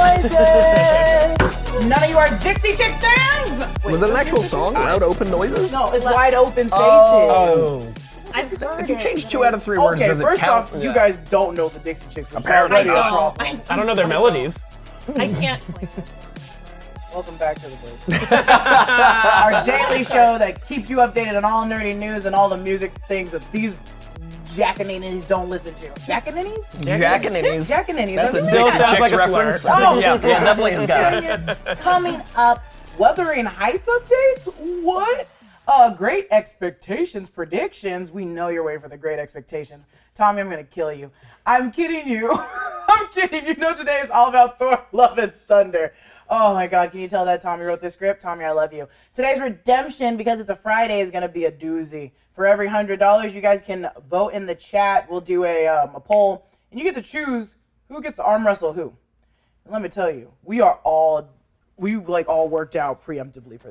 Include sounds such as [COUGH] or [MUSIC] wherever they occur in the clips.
Wednesday. [LAUGHS] None of you are Dixie Chick fans. Was it an actual song? Loud open noises? No, it's wide open spaces. Oh. I've heard If you it. change two out of three words, Okay, does it first count? off, you guys don't know the Dixie Chicks. We're Apparently sorry. not. Problem. I, I don't know their melodies. I can't. play it. Welcome back to the break. [LAUGHS] [LAUGHS] Our daily show that keeps you updated on all nerdy news and all the music things that these jackaninnies don't listen to. Jackaninnies? Jackaninnies. Jackaninnies. That's a I mean, Still Dixie sounds Chicks like a slur. reference. Oh, yeah, yeah. yeah, definitely [LAUGHS] has got it. Coming up, Wuthering Heights updates? What? Uh, great expectations predictions. We know you're waiting for the great expectations. Tommy, I'm gonna kill you. I'm kidding you. [LAUGHS] I'm kidding. You know today is all about Thor, Love and Thunder. Oh my God, can you tell that Tommy wrote this script? Tommy, I love you. Today's redemption, because it's a Friday, is gonna be a doozy. For every hundred dollars, you guys can vote in the chat. We'll do a um, a poll, and you get to choose who gets to arm wrestle who. And let me tell you, we are all we like all worked out preemptively for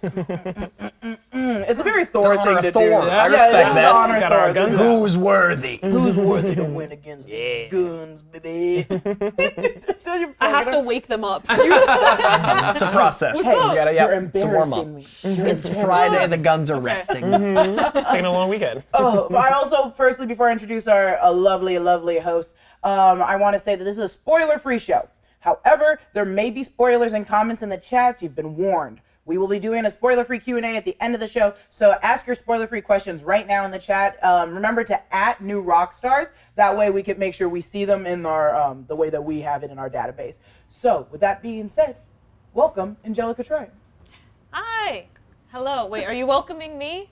this. Mm, it's a very Thor an honor thing of to do. Thor. I Yeah, respect it's an that. honor Got our Thor. guns out. Who's worthy? Who's worthy to win against these guns, [LAUGHS] baby? [LAUGHS] I have to wake them up. It's a process. Hey, You gotta- yeah, You're it's a warm up. embarrassing me. It's Friday, the guns are resting. Taking a long weekend. oh, but I also, firstly, before I introduce our uh, lovely, lovely host, um, I want to say that this is a spoiler free show. However, there may be spoilers and comments in the chats. You've been warned. We will be doing a spoiler-free Q&A at the end of the show, so ask your spoiler-free questions right now in the chat. Um, remember to at new rock stars. That way, we can make sure we see them in our um, the way that we have it in our database. So, with that being said, welcome Angelica Troy. Hi. Hello. Wait, are you welcoming me?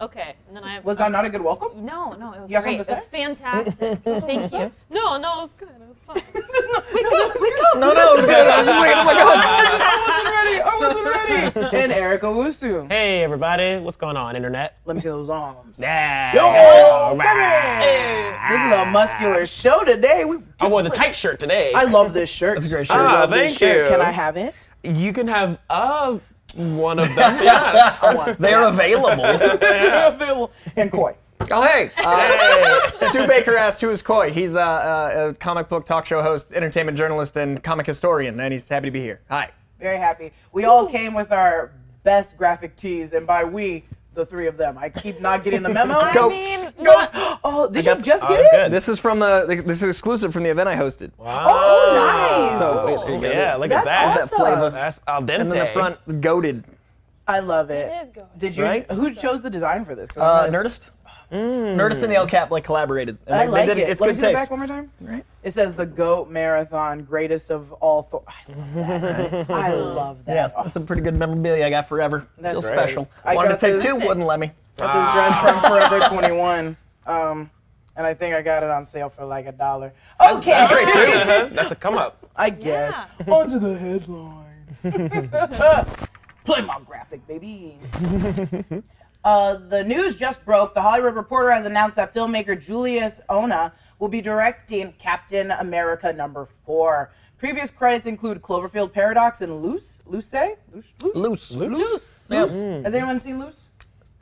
Okay. And then I Was that not a good welcome? [LAUGHS] No, no, it was You have great. It something was to fantastic. [LAUGHS] Thank to you. say? No, no, it was good. It was fun. [LAUGHS] wake up, wake up. no, [LAUGHS] no, it's good. I'm just waiting. Oh my god. I wasn't ready. I wasn't ready. and Erica Wusu. [LAUGHS] Hey, everybody. What's going on, internet? Let me see those arms. Yeah. Oh, Hey. This is a muscular show today. We, I wore the tight shirt today. I love this shirt. That's a great I shirt. Ah, love this thank shirt. you. Can I have it? you can have uh, one of them. Yes. I want They're that. available. They're available. And Koi. Oh hey, uh, Stu Baker asked who is Coy. He's a, a, a comic book talk show host, entertainment journalist, and comic historian, and he's happy to be here. Hi. Very happy. We all came with our best graphic tees, and by we, the three of them. I keep not getting the memo. I Go. mean, [LAUGHS] Goats. Goats. not- Oh, did you just get Oh, it? good. This is from the this is exclusive from the event I hosted. Wow. Oh, nice. So, wait, there you Oh, go. yeah, look That's at that. awesome. That flavor. That's al dente. And then the front goaded. I love it. It is good. Did you? Right? Who chose the design for this? 'Cause Uh, I'm not- Nerdist. Nerdist and the LCAP like collaborated. And Mm. I like did, it. It's Let me see good the taste. back one more time. Right. It says the goat marathon, greatest of all. Thor- I love [LAUGHS] that. I love that. Yeah, that's some pretty good memorabilia I got forever. That's Feels right. special. I Wanted got to take this- two, wouldn't let me. Got this dress from [LAUGHS] Forever 21. Um, and I think I got it on sale for like a dollar. Okay. great, [LAUGHS] too. That's a come up. I guess. Yeah. Onto the headlines. [LAUGHS] Play my graphic, baby. uh, the news just broke. The Hollywood Reporter has announced that filmmaker Julius Ona will be directing Captain America number four. Previous credits include Cloverfield Paradox and Loose. Loose? Loose? Loose? Loose. Loose? Yeah. Loose? Mm. Has anyone seen Loose?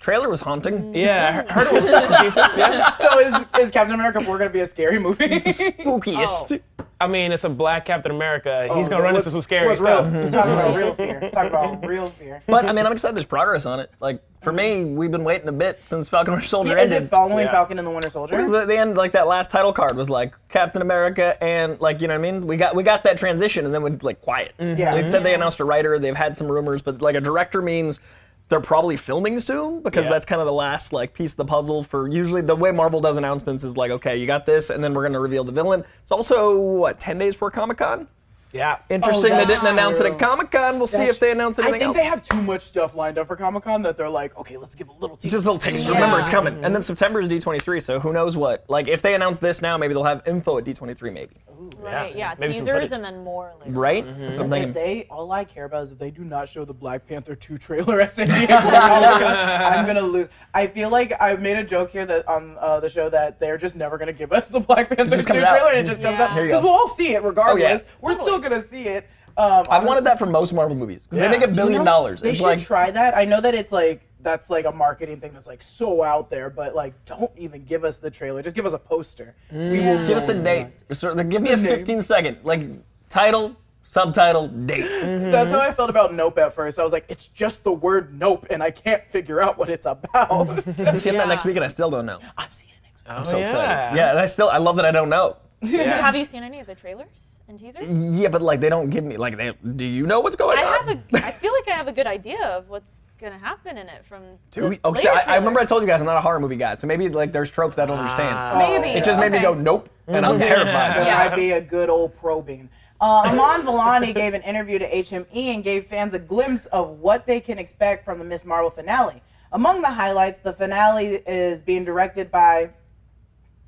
Trailer was haunting. Yeah, I he- heard it was decent. Yeah. [LAUGHS] So is, is Captain America 4 going to be a [LAUGHS] scary movie? Spookiest. I mean, it's a black Captain America. He's Oh, gonna run what's- into some scary what's real? stuff. Mm-hmm. Talk about real fear. Talk about real fear. But I mean, I'm excited. There's progress on it. Like for me, we've been waiting a bit since Falcon Winter Soldier Is ended. it following Yeah. Falcon and the Winter Soldier? the, the end, like that last title card was like Captain America, and like you know what I mean. We got we got that transition, and then we like quiet. Yeah. They said they announced a writer. They've had some rumors, but like a director means they're probably filming soon because Yeah. that's kind of the last like piece of the puzzle for usually the way Marvel does announcements is like okay, you got this, and then we're gonna reveal the villain. It's also what ten days before Comic Con. Yeah. Interesting, they Oh, that's didn't announce it true. at Comic Con. We'll see That's- if they announce I anything think else. they have too much stuff lined up for Comic Con that they're like, okay, let's give a little teaser. Just a little taste. Remember, Yeah. it's coming. And then September is D23, so who knows what? Like, if they announce this now, maybe they'll have info at D23, maybe. Right, yeah. Maybe some Teasers footage. and then more later. Right? So I'm If thinking, they, all I care about is if they do not show the Black Panther 2 trailer at San Diego, Comic Con, [LAUGHS] I'm gonna lose. I feel like I made a joke here that on uh, the show that they're just never gonna give us the Black Panther 2 just comes trailer, out. and it just comes Yeah. out Here you because go. Oh, we'll all see it regardless. We're Totally. still gonna see it. Um, I've wanted that for most Marvel movies because Yeah. they make a You billion know, dollars. They it's should like, try that. I know that it's like that's like a marketing thing that's like so out there, but like don't even give us the trailer. Mm. Just give us a poster. We will Mm-hmm. give us the date. Sort of, like, give me a name. 15 second. Like, title, Subtitle date. Mm-hmm. That's how I felt about Nope at first. I was like, it's just the word Nope, and I can't figure out what it's about. [LAUGHS] I'm seeing Yeah. Oh, that next week, and I still don't know. I'm seeing it next week. I'm so excited. Yeah, and I still I love that I don't know. Have you seen any of the trailers and teasers? Yeah, but like they don't give me like they. Do you know what's going I on? have [LAUGHS] a. I feel like I have a good idea of what's gonna happen in it from. Do the we- oh, shit, later I, I remember I trailers. told you guys I'm not a horror movie guy, so maybe like there's tropes I don't understand. Maybe. it just made me okay. Mm-hmm. go nope, and I'm terrified. That Yeah. might be a good old probing. Uh, Amon Villani gave an interview to HME and gave fans a glimpse of what they can expect from the Miss Marvel finale. Among the highlights, the finale is being directed by.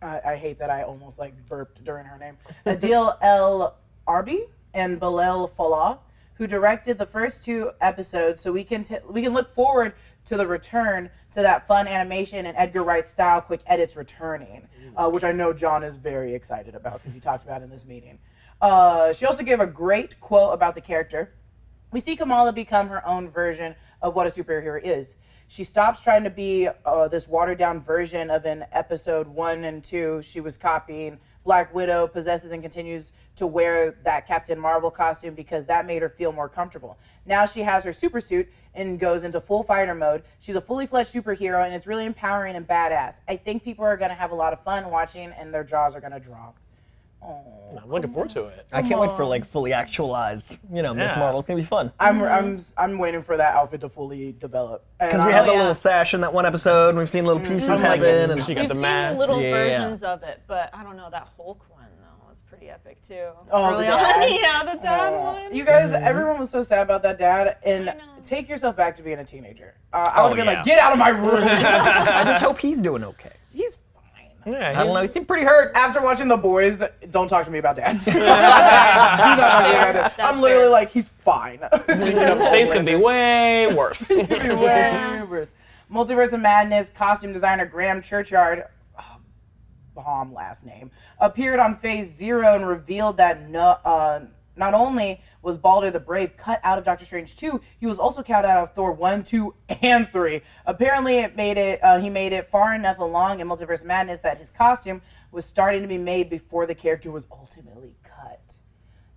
I I hate that I almost like burped during her name. Adil El Arbi and Bilal Falah, who directed the first two episodes, so we can t- we can look forward to the return to that fun animation and Edgar Wright style quick edits returning, uh, which I know John is very excited about because he talked about it in this meeting. Uh, she also gave a great quote about the character. We see Kamala become her own version of what a superhero is. She stops trying to be uh, this watered down version of in episode one and two. She was copying Black Widow, possesses and continues to wear that Captain Marvel costume because that made her feel more comfortable. Now she has her super suit and goes into full fighter mode. She's a fully fledged superhero and it's really empowering and badass. I think people are going to have a lot of fun watching and their jaws are going to drop. Aw. I'm looking forward to it. I can't wait for like fully actualized, you know, Miss Yeah. Marvel. It's gonna be fun. I'm, I'm, I'm waiting for that outfit to fully develop. And Mm-hmm. Oh, Because we I'm- had the yeah. little sash in that one episode, and we've seen little Mm-hmm. Oh pieces I'm like, happen. and- [LAUGHS] [LAUGHS] she We've got the seen mask. little Yeah. versions of it, but I don't know that Hulk one though was pretty epic too. Oh, Early the on, [LAUGHS] dad? yeah, the dad Aw. one. You guys, everyone was so sad about that dad. And I know. take yourself back to being a teenager. Uh, I Oh, would have been like, yeah. get out of my [LAUGHS] room. I just hope he's doing okay. He's fine. Yeah, I don't know. He [LAUGHS] he's- seemed pretty hurt. After watching The Boys, don't talk to me about [LAUGHS] dads. Do not talk to me about dads. That's I'm literally fair. like, he's [LAUGHS] fine. Thinking of all Things the can be way worse. Could be way worse. Multiverse of Madness costume designer Graham Churchyard, oh, bomb last name, appeared on Phase Zero and revealed that no, uh, not only was Balder the Brave cut out of Doctor Strange 2, he was also cut out of Thor 1, 2, and 3. Apparently, it made it. Uh, he made it far enough along in Multiverse of Madness that his costume was starting to be made before the character was ultimately cut.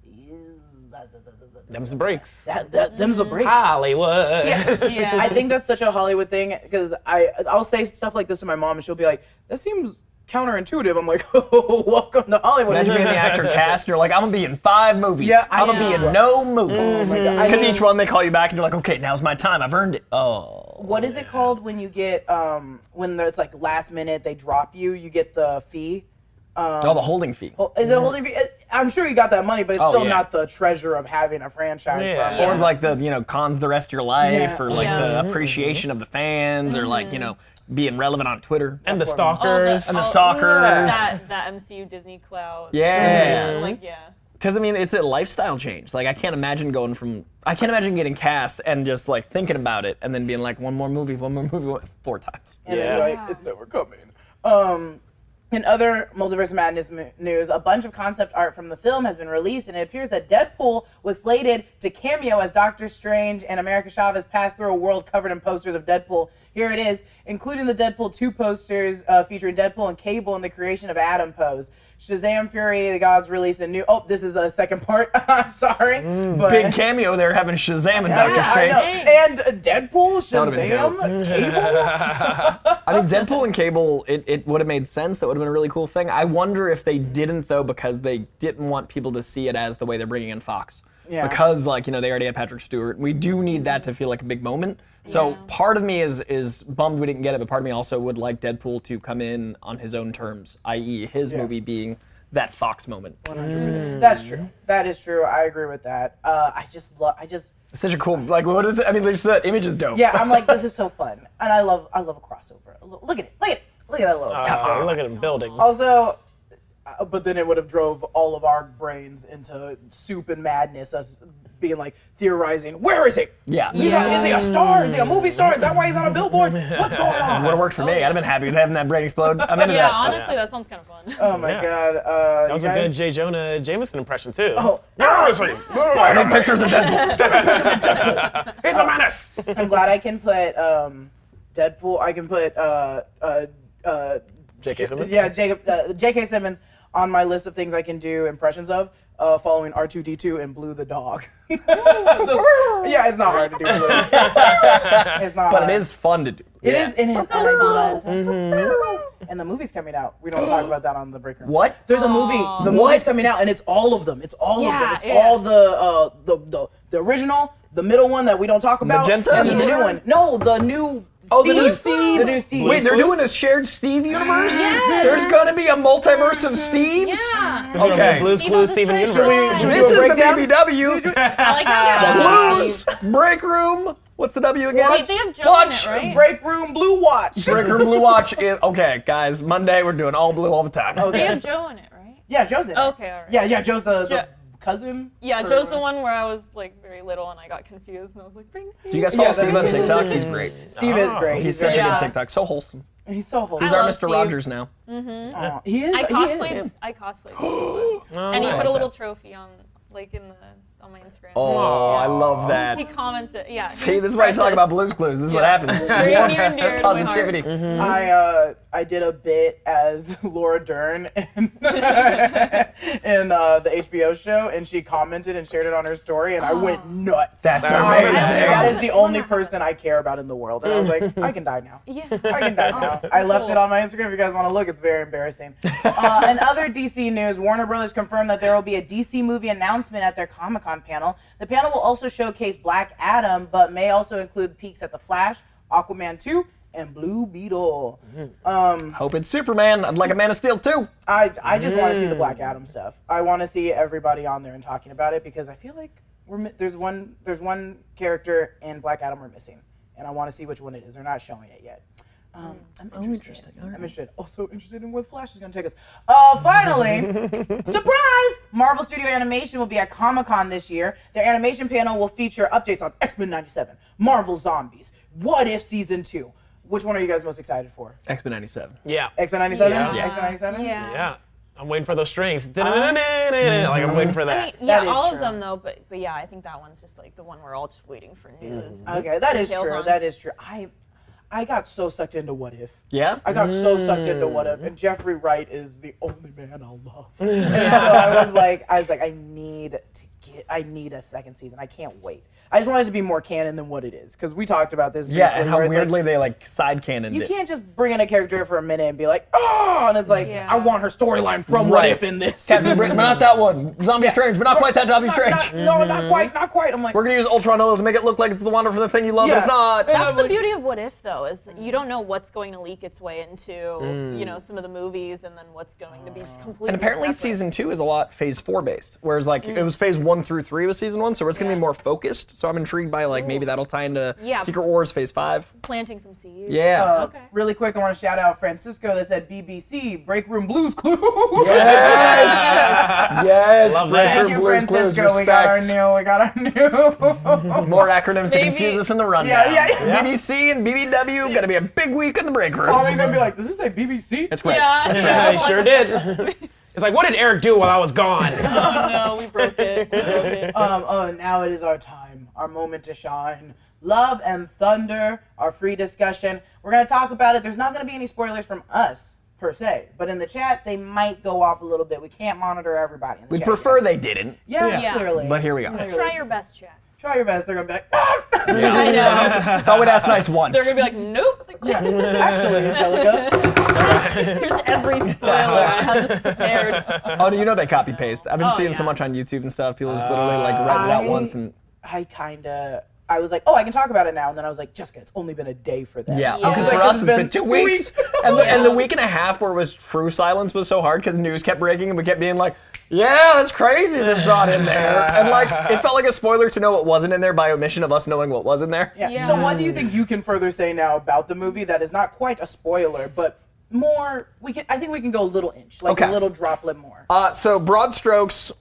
Ew. Them's the breaks. That- that- them's the breaks. Hollywood. yeah, I think that's such a Hollywood thing because I I'll say stuff like this to my mom and she'll be like, "That seems counterintuitive." I'm like, [LAUGHS] "Oh, welcome to Hollywood." Imagine being [LAUGHS] the actor cast. You're like, I'm gonna be in five movies. Yeah, I Oh I'm gonna be know. in no movies. my Because God. I mean- each one they call you back, and you're like, okay, now's my time. I've earned it. Oh. What is it called when you get um when it's like last minute they drop you? You get the fee. Um, Oh, the holding fee. hol- is it a holding fee? It- I'm sure you got that money, but it's Oh, still yeah. not the treasure of having a franchise. Yeah. For a Or long- like the you know cons the rest of your life, Yeah. Mm-hmm. or like Yeah. the appreciation of the fans, or like you know being relevant on Twitter. And the the- stalkers. and the Oh, stalkers. that that MCU Disney cloud. Yeah. like yeah. Because I mean, it's a lifestyle change. Like I can't imagine going from I can't imagine getting cast and just like thinking about it and then being like one more movie, one more movie, [LAUGHS] one, four times. and yeah. Yeah. like it's never coming. Um, in other Multiverse of Madness m- news, a bunch of concept art from the film has been released, and it appears that Deadpool was slated to cameo as Doctor Strange, and America Chavez passed through a world covered in posters of Deadpool. Here it is, including the Deadpool 2 posters uh, featuring Deadpool and Cable in the creation of Adam Pose. Shazam Fury, the gods released a new. Oh, this is a second part. [LAUGHS] I'm sorry. but- Mm. [LAUGHS] Big cameo there having Shazam and Yeah, Doctor I Strange. know. I, And Deadpool, That would've been Shazam, Cable. mean, Deadpool and Cable, it, it would have made sense. That would have been a really cool thing. I wonder if they didn't though because they didn't want people to see it as the way they're bringing in Fox. Yeah. Because like you know they already had Patrick Stewart. We do need that to feel like a big moment. So part of me is is bummed we didn't get it, but part of me also would like Deadpool to come in on his own terms, i.e., his Yeah. movie being that Fox moment. 100%. That's true. That is true. I agree with that. Uh, I just love. I just It's such a cool like what is it? I mean, just that image is dope. yeah. I'm like this is so fun, and I love. I love a crossover. Lo- Look at it. Look at it. Look at that little. Oh, look at them buildings. Also, uh, but then it would have drove all of our brains into soup and madness. Us being like theorizing. Where is he? [LAUGHS] yeah. He's on- is he a star? Is he a movie star? Is that why he's on a billboard? What's going [LAUGHS] on? Would have worked for me. I'd have been happy with having that brain [LAUGHS] explode. I'm into Yeah, that. honestly, that sounds kind of fun. Oh my Yeah. god. Uh, that was a good J. Jonah Jameson impression, too. Oh. I need pictures of Deadpool. He's a menace! I'm glad I can put um, Deadpool. I can put uh, uh, uh, J.K. Simmons? Yeah, Jacob, uh, J.K. Simmons on my list of things I can do impressions of uh, following R2D2 and Blue the dog. Those- yeah, it's not hard to do. Blue. [LAUGHS] it's not. But hard. Uh, it is fun to do. It is. It is. [LAUGHS] So fun. And the movie's coming out. We don't talk about that on the break room. What? There's a movie. The movie's coming out, and it's all of them. It's all of them. Yeah, It's yeah. all the uh the, the the original, the middle one that we don't talk about, Magenta? and then the new one. No, the new. Oh, the new Steve. The new Steve. Wait, they're doing a shared Steve universe? There's gonna be a multiverse of Steves? Yeah. There's gonna be Okay. a Blues Steve Clues on the Steven Treasure Universe. Should we- This do is a the breakdown? BBW. I like how [LAUGHS] they're- Blues, break room. What's the W again? Wait, they have Joe in it, Watch. right? Break Room Blue Watch. Break room blue watch [LAUGHS] is okay, guys. Monday we're doing all blue all the time. Okay. They have Joe in it, right? Yeah, Joe's in it. Okay, all right. Yeah, yeah, Joe's the, Jo- the cousin. Yeah, or- Joe's the one where I was like very little and I got confused and I was like, bring Steve. Do you guys follow Yeah, Steve on that- TikTok? He's great. Steve is Oh, great. He's such very- a Yeah. good TikTok. So wholesome. He's so wholesome. He's our love Mr. Steve. Mm-hmm. Rogers now. Aw, he is. I he cosplays. is. I cosplay. and Oh, he I put a like little trophy on, like in the on my Instagram. Oh, I love He that. commented. Yeah. See, this is why you talk about Blues Clues. This is what Yeah. happens. Very near and dear to my heart. positivity. Mm-hmm. I uh, I did a bit as [LAUGHS] Laura Dern in, [LAUGHS] in uh, the HBO show, and she commented and shared it on her story, and I [GASPS] went nuts. That's That- I was like, amazing. That is the Wow. only person I care about in the world, and I was [LAUGHS] like, I can die now. [LAUGHS] I Yeah. can die now. I left it on my Instagram. If you guys want to look, it's very embarrassing. [LAUGHS] Uh, and other DC news: Warner Brothers confirmed that there will be a DC movie announcement at their Comic Con panel. The panel will also showcase Black Adam, but may also include peeks at the Flash, Aquaman 2, and Blue Beetle. Um, Hope it's Superman. I'd like a Man of Steel too. I I just want to see the Black Adam stuff. I want to see everybody on there and talking about it because I feel like we're mi- there's one there's one character in Black Adam we're missing, and I want to see which one it is. They're not showing it yet. Mm. Um, I'm Oh, interested. I'm interested. Also interested in what Flash is going to take us. Uh, finally, surprise! Marvel Studio Animation will be at Comic Con this year. Their animation panel will feature updates on X Men '97, Marvel Zombies, What If Season Two. Which one are you guys most excited for? X Men '97. Yeah. X Men '97. Yeah. X Men '97. Yeah. Yeah. I'm waiting for those strings. Like I'm waiting for I mean, that. yeah, That is all true. of them though, but but yeah, I think that one's just like the one we're all just waiting for Mm. news. Okay, that is Details true. on. That is true. I I got so sucked into what if. Yeah. I got so sucked into what Mm. if, and Jeffrey Wright is the only man I'll [LAUGHS] love. And so I was like, I was like, I need to get, I need a second season. I can't wait. I just want it to be more canon than what it is, because we talked about this. Yeah, briefly, and how where it's like, weirdly they like side cannoned you it. can't just bring in a character for a minute and be like, oh, and it's like, Yeah. I want her storyline from what Right. if in this. [LAUGHS] Captain Britain, but not that one. Zombie Strange, but not quite that Zombie Not- Strange. not- no, Mm-hmm. not quite, not quite. I'm like, We're gonna use Ultron oil to make it look like it's the wonder for the thing you love, but it's Yeah. not. That's the beauty of what if though, is you don't know what's going to leak its way into you know some of the movies and then what's going to be just Mm. completely. And apparently, separate. season two is a lot phase four based, whereas like it was phase one through three was season one, so it's gonna Yeah. be more focused. So I'm intrigued by like maybe that'll tie into Yeah. Secret Wars phase five. planting some seeds. [LAUGHS] Yeah. Uh, Okay. Really quick, I want to shout out Francisco that said BBC Break Room Blues Clues. Yes, yes, Love Breaker, that. [LAUGHS] Thank you, Blues, Clues, Francisco. We got our respect. new. We got our new. [LAUGHS] [LAUGHS] More acronyms to Maybe- confuse us in the rundown. Yeah, yeah, yeah. BBC and BBW gonna be a big week in the break room. Tommy's gonna be like, "Does this say BBC?" That's right. [LAUGHS] Yeah. Yeah, I sure did. [LAUGHS] It's like, what did Eric do while I was gone? oh no, we broke it. We [LAUGHS] broke it. Um, oh, now it is our time, our moment to shine. Love and Thunder, our free discussion. We're going to talk about it. There's not going to be any spoilers from us, per se, but in the chat, they might go off a little bit. We can't monitor everybody. In the We'd chat, prefer yes. they didn't, Yeah, Yeah. clearly. but here we are. Clearly. Try your best, Jack. Try your best. They're going to be like, [LAUGHS] [LAUGHS] ah! I know. Thought we'd ask nice once. They're gonna be like, [LAUGHS] nope. [LAUGHS] Actually, Angelica. Here's [LAUGHS] every spoiler. I have this prepared. Oh, you know they copy paste. I've been Oh, seeing so yeah. much on YouTube and stuff. People just literally like write it out Uh, I- once and I kind of. I was like, oh, I can talk about it now. And then I was like, Jessica, it's only been a day for that. yeah. Yeah. Because Like, for us it's been two weeks, [LAUGHS] and, the, and the Yeah. week and a half where it was true silence was so hard because news kept breaking and we kept being like, yeah, that's crazy. That's not in there. And like it felt like a spoiler to know what wasn't in there by omission of us knowing what was in there. Yeah. Yeah. So what do you think you can further say now about the movie that is not quite a spoiler, but more we can I think we can go a little inch, like a Okay. little droplet more. Uh, so broad strokes,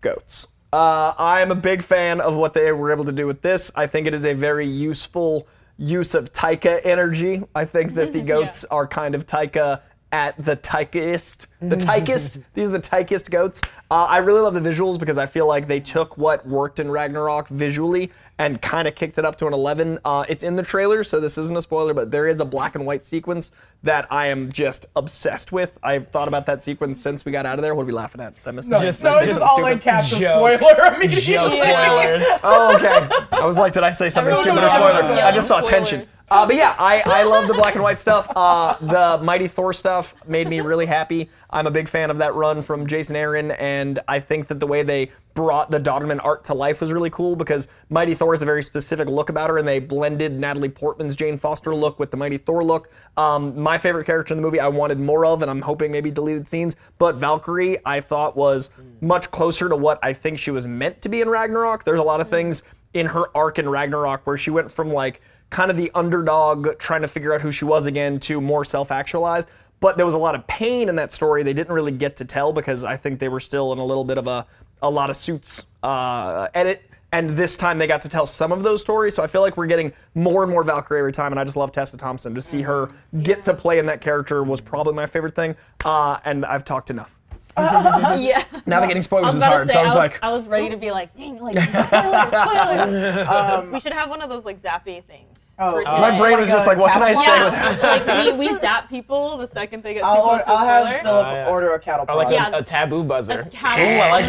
goats. Uh, I am a big fan of what they were able to do with this. I think it is a very [LAUGHS] useful use of Taika energy. I think that the goats are kind of Taika at the tykist. [LAUGHS] The tykist. These are the tykist goats. Uh, I really love the visuals because I feel like they took what worked in Ragnarok visually and kind of kicked it up to an 11. Uh, it's in the trailer, so this isn't a spoiler, but there is a black and white sequence that I am just obsessed with. I've thought about that sequence since we got out of there. What are we laughing at? Did I miss No, something? just, no, it's just all in caps a spoiler immediately. [LAUGHS] Joke [LAUGHS] spoilers. Oh, okay. I was like, did I say something Everyone stupid or was spoiler? yelling I just saw spoilers. tension. Uh, but yeah, I, I love the black and white stuff. Uh, the Mighty Thor stuff made me really happy. I'm a big fan of that run from Jason Aaron, and I think that the way they brought the Dodderman art to life was really cool because Mighty Thor has a very specific look about her, and they blended Natalie Portman's Jane Foster look with the Mighty Thor look. Um, my favorite character in the movie I wanted more of, and I'm hoping maybe deleted scenes, but Valkyrie I thought was much closer to what I think she was meant to be in Ragnarok. There's a lot of things in her arc in Ragnarok where she went from like kind of the underdog trying to figure out who she was again to more self-actualized. But there was a lot of pain in that story they didn't really get to tell because I think they were still in a little bit of a a lot of suits uh, edit. And this time they got to tell some of those stories, so I feel like we're getting more and more Valkyrie every time, and I just love Tessa Thompson. To see her Mm-hmm. get to play in that character was probably my favorite thing, uh, and I've talked enough. yeah. Navigating spoilers I was is about to hard, say, so I was, I, like, I was ready to be like, dang, [LAUGHS] like spoilers, [LAUGHS] Um, spoilers. we should have one of those like zappy things. Oh, for uh, my today. brain Like was a just like, what can I catwalk? say with that? [LAUGHS] Yeah, like we, we zap people the second they get too I'll, close order, to a I'll have spoiler. Philip Oh, yeah. order a cattle Or like prod. Yeah. a, a taboo buzzer. Catwalk. Ooh, I like [LAUGHS]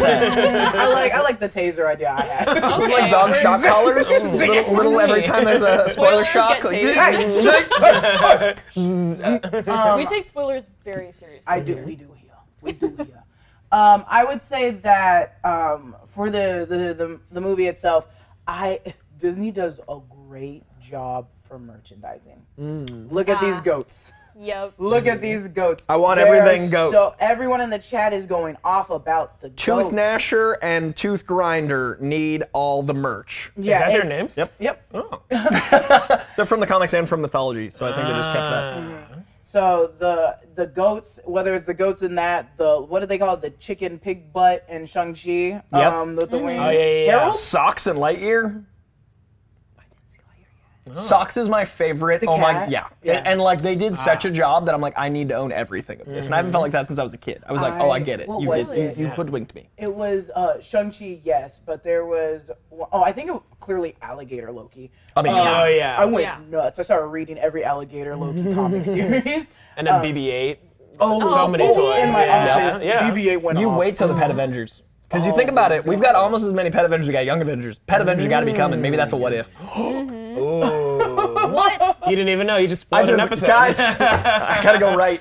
[LAUGHS] that. I like I like the taser idea I had. Okay. Like dog shot collars, little, little every time there's a spoiler Spoilers shock. get Like, taken. [LAUGHS] we take spoilers very seriously. I do. We do here. We do [LAUGHS] here. um, I would say that um, for the, the the the movie itself, I Disney does a great job for merchandising. Mm. Look at these Ah. goats. Yep. Look at these goats. I want They're everything goat. So everyone in the chat is going off about the Tooth goats. Gnasher and Tooth Grinder need all the merch. Yeah, Is that their it's- names? Yep. Oh. They're from the comics and from mythology, so I think they just kept that. So the the goats, whether it's the goats in that, the what do they call it, the chicken pig butt and Shang Chi, um, with the wings. Oh, yeah, yeah, yeah. Harold? Socks and Lightyear. Socks is my favorite. The oh my, cat? yeah. Yeah. And, like they did such a job that I'm like, I need to own everything of this, and I haven't felt like that since I was a kid. I was like, oh, I I- get it. what You was did, you, it? you Yeah. hoodwinked me. It was uh, Shang Chi, yes, but there was oh, I think it was clearly alligator Loki. I mean, Uh, yeah. Oh, yeah. I went Yeah. nuts. I started reading every alligator Loki [LAUGHS] comic series. And then BB-8. uh, Oh, so many BB-8. toys. in my yeah. office, yeah. BB-8 went You off. wait till the Pet Avengers. Because you think Oh about my it, we've got God. almost as many Pet Avengers we got Young Avengers. Pet Avengers got to be coming. Maybe that's a what if. Ooh. What? You didn't even know. You just I spoiled an just- episode. [LAUGHS] guys, I gotta go right.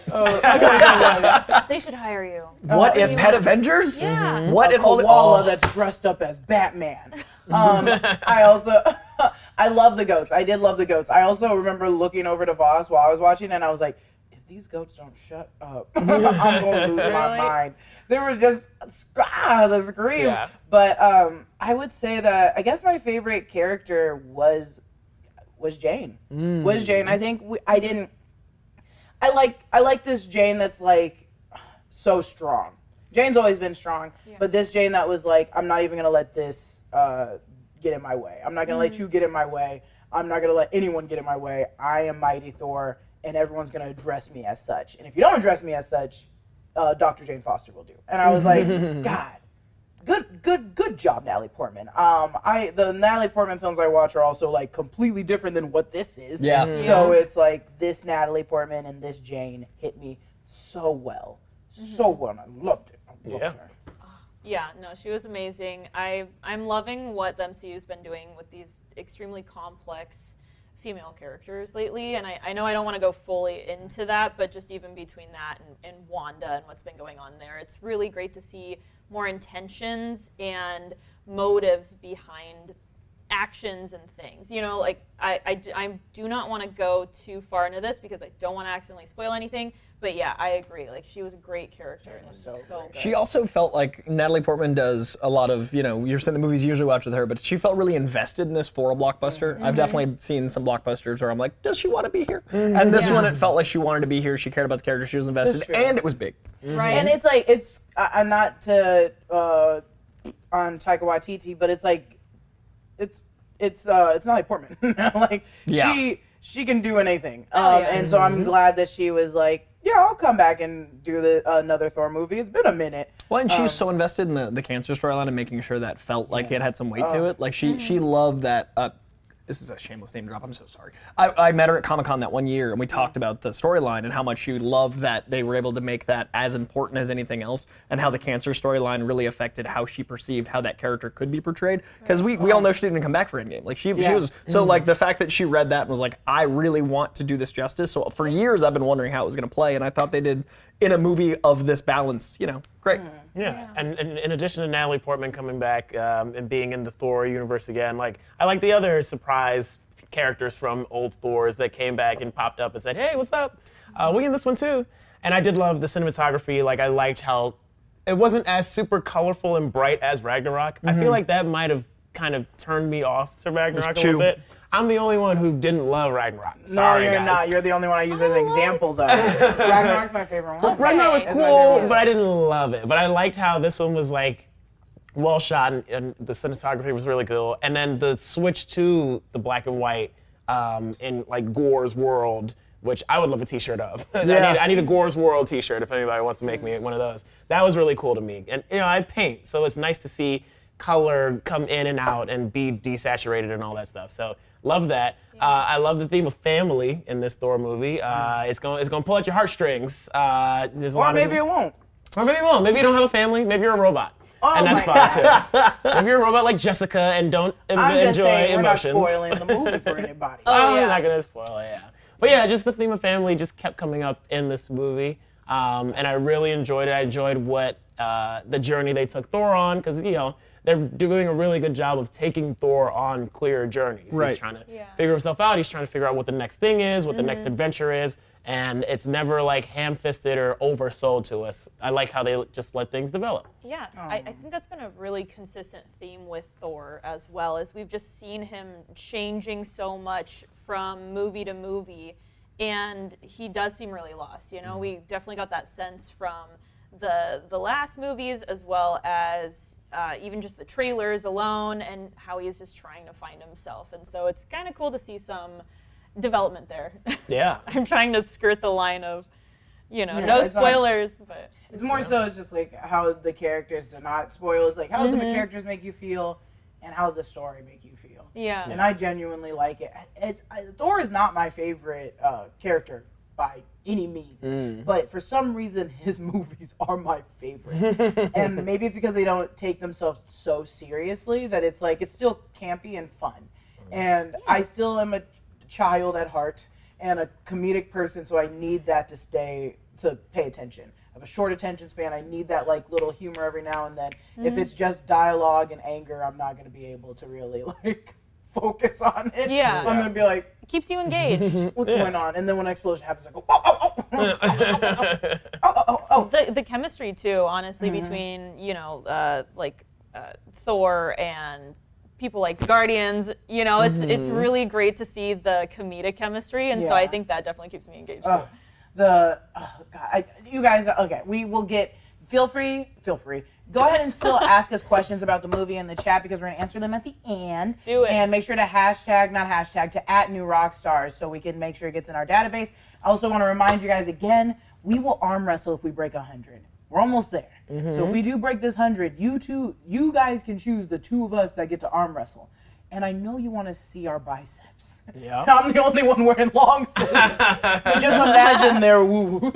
They should hire you. what if you- Pet Avengers? Yeah. What a if all the koala oh, that's dressed up as Batman. Um, I also, [LAUGHS] I love the goats. I did love the goats. I also remember looking over to Voss while I was watching, and I was like, if these goats don't shut up, [LAUGHS] I'm going to lose my Really? mind. They were just ah, the scream. Yeah. But um, I would say that I guess my favorite character was was Jane. Was Jane? I think we, I didn't. I like I like this Jane that's like so strong. Jane's always been strong, Yeah. but this Jane that was like, I'm not even gonna let this uh, get in my way. I'm not gonna let you get in my way. I'm not gonna let anyone get in my way. I am Mighty Thor, and everyone's gonna address me as such. And if you don't address me as such, uh, Dr. Jane Foster will do. And I was like, God, good, good, good job, Natalie Portman. Um, I the Natalie Portman films I watch are also like completely different than what this is. Yeah. So it's like this Natalie Portman and this Jane hit me so well, so well. And I loved it. I loved Yeah. her. Yeah, no, she was amazing. I I'm loving what the MCU's been doing with these extremely complex female characters lately, and I, I know I don't want to go fully into that, but just even between that and, and Wanda and what's been going on there, it's really great to see more intentions and motives behind actions and things. You know, like I, I, d- I do not want to go too far into this because I don't want to accidentally spoil anything. But yeah, I agree. Like she was a great character and was so, so great. good. She also felt like Natalie Portman does a lot of, you know, you're saying the movies you usually watch with her, but she felt really invested in this for a blockbuster. I've definitely seen some blockbusters where I'm like, does she want to be here? And this Yeah. one, it felt like she wanted to be here. She cared about the character. She was invested, true. and it was big. right. And it's like it's I, I'm not to uh, on Taika Waititi, but it's like it's it's uh it's Natalie Portman. [LAUGHS] like Yeah. she she can do anything. Um, Oh, yeah. Mm-hmm. And so I'm glad that she was like, yeah, I'll come back and do the, another Thor movie. It's been a minute. Well, and she's so invested in the, the cancer storyline and making sure that felt like it had some weight to it. Like she she loved that. Uh, this is a shameless name drop. I'm so sorry. I, I met her at Comic Con that one year, and we talked about the storyline and how much she loved that they were able to make that as important as anything else, and how the cancer storyline really affected how she perceived how that character could be portrayed. Because we, we all know she didn't come back for Endgame. Like she she Yeah. was so Mm-hmm. like the fact that she read that and was like, I really want to do this justice. So for years I've been wondering how it was going to play, and I thought they did in a movie of this balance. You know, great. Mm. Yeah, and, and in addition to Natalie Portman coming back um, and being in the Thor universe again, like I like the other surprise characters from old Thors that came back and popped up and said, "Hey, what's up? Uh, we in this one too." And I did love the cinematography. Like I liked how it wasn't as super colorful and bright as Ragnarok. I Mm-hmm. feel like that might have kind of turned me off to Ragnarok a too- little bit. I'm the only one who didn't love Ragnarok. No, Sorry, you're guys. not. You're the only one I use as I an like- example, though. Ragnarok's my favorite one. Ragnarok was That's my favorite cool, one. but I didn't love it. But I liked how this one was like well shot and, and the cinematography was really cool. And then the switch to the black and white um, in like Gore's world, which I would love a T-shirt of. [LAUGHS] I, need, Yeah. I need a Gore's world T-shirt if anybody wants to make me one of those. That was really cool to me. And you know I paint, so it's nice to see color come in and out and be desaturated and all that stuff. So love that. Uh, I love the theme of family in this Thor movie. Uh, it's going to it's going to pull at your heartstrings. Uh, there's a lot or of maybe people- it won't. or maybe you won't. Maybe you don't have a family. Maybe you're a robot. Oh and that's my fine too. maybe you're a robot like Jessica and don't em- I'm enjoy just saying, emotions. we're not spoiling the movie for anybody. oh, Oh, I'm yeah. not gonna spoil it. Yeah. But yeah, just the theme of family just kept coming up in this movie, um, and I really enjoyed it. I enjoyed what uh, the journey they took Thor on, because you know they're doing a really good job of taking Thor on clear journeys. Right. He's trying to Yeah. Mm-hmm. figure himself out. He's trying to figure out what the next thing is, what the next adventure is, and it's never like ham-fisted or oversold to us. I like how they just let things develop. Yeah, I, I Um, think that's been a really consistent theme with Thor as well, as we've just seen him changing so much from movie to movie, and he does seem really lost. You know, Mm-hmm. we definitely got that sense from the the last movies as well as uh, even just the trailers alone, and how he's just trying to find himself. And so it's kind of cool to see some development there. Yeah. [LAUGHS] I'm trying to skirt the line of, you know, Yeah, no it's fine. spoilers, but. It's more so it's just like how the characters do not spoil. It's like how the characters make you feel, and how the story make you feel. Yeah. And I genuinely like it. It's, I, Thor is not my favorite uh, character by any means, but for some reason his [LAUGHS] movies are my favorite. and maybe it's because they don't take themselves so seriously that it's like it's still campy and fun. And I still am a child at heart and a comedic person, so I need that to stay to pay attention. I have a short attention span. I need that like little humor every now and then. If it's just dialogue and anger, I'm not going to be able to really like focus on it. Yeah. I'm going to be like, keeps [LAUGHS] you engaged. what's going on? And then when an explosion happens, I go, oh, oh, oh, oh, oh, oh, oh. the the chemistry too, honestly, Mm-hmm. between you know uh, like uh, Thor and people like the Guardians. You know, it's it's really great to see the comedic chemistry, and so Mm-hmm. I Yeah. Oh. think that definitely keeps me engaged Ugh, the oh god, I, you guys. Okay, we will get. Feel free, feel free. Go ahead and [LAUGHS] still ask us questions about the movie in the chat because we're gonna answer them at the end. Do it. And make sure to hashtag, not hashtag, to at new rock stars so we can make sure it gets in our database. I also want to remind you guys again, we will arm wrestle if we break hundred. We're almost there. So if Mm-hmm. we do break this hundred, you two, you guys can choose the two of us that get to arm wrestle. And I know you want to see our biceps. [LAUGHS] Yeah. I'm the only one wearing long sleeves. so just imagine their woos.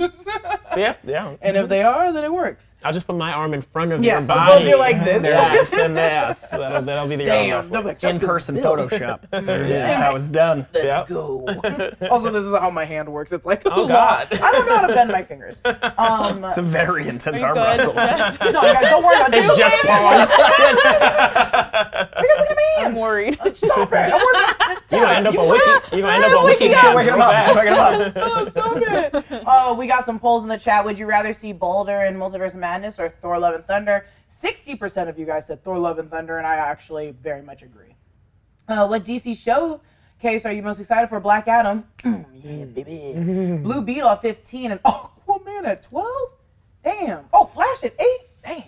Yeah. Yeah. and if they are, then it works. I'll just put my arm in front of Yeah, your we'll body. do like this. Their ass and their ass. That'll, that'll be the arm wrestle. they're like, In "Jessica's person built." [LAUGHS] Photoshop. There it is. That's how it's done. Let's Yep. go. also, this is how my hand works. It's like, Oh, God. I don't know how to bend my fingers. Um, It's a very intense arm good? [LAUGHS] wrestle. [LAUGHS] [LAUGHS] no, guys, don't worry about It's it. just palms. [LAUGHS] Because look at me. I'm worried. Stop it. I'm working. You're gonna end up a wiki. You're gonna end up a wiki. She's waking him up. She's [LAUGHS] waking him up. [LAUGHS] Oh, we got some polls in the chat. Would you rather see Boulder in Multiverse of Madness or Thor: Love and Thunder? Sixty percent of you guys said Thor: Love and Thunder, and I actually very much agree. Uh, what DC showcase are you most excited for? Black Adam. [CLEARS THROAT] yeah, baby. Blue Beetle at fifteen, and Aquaman at twelve. Damn. Oh, Flash at eight. Damn.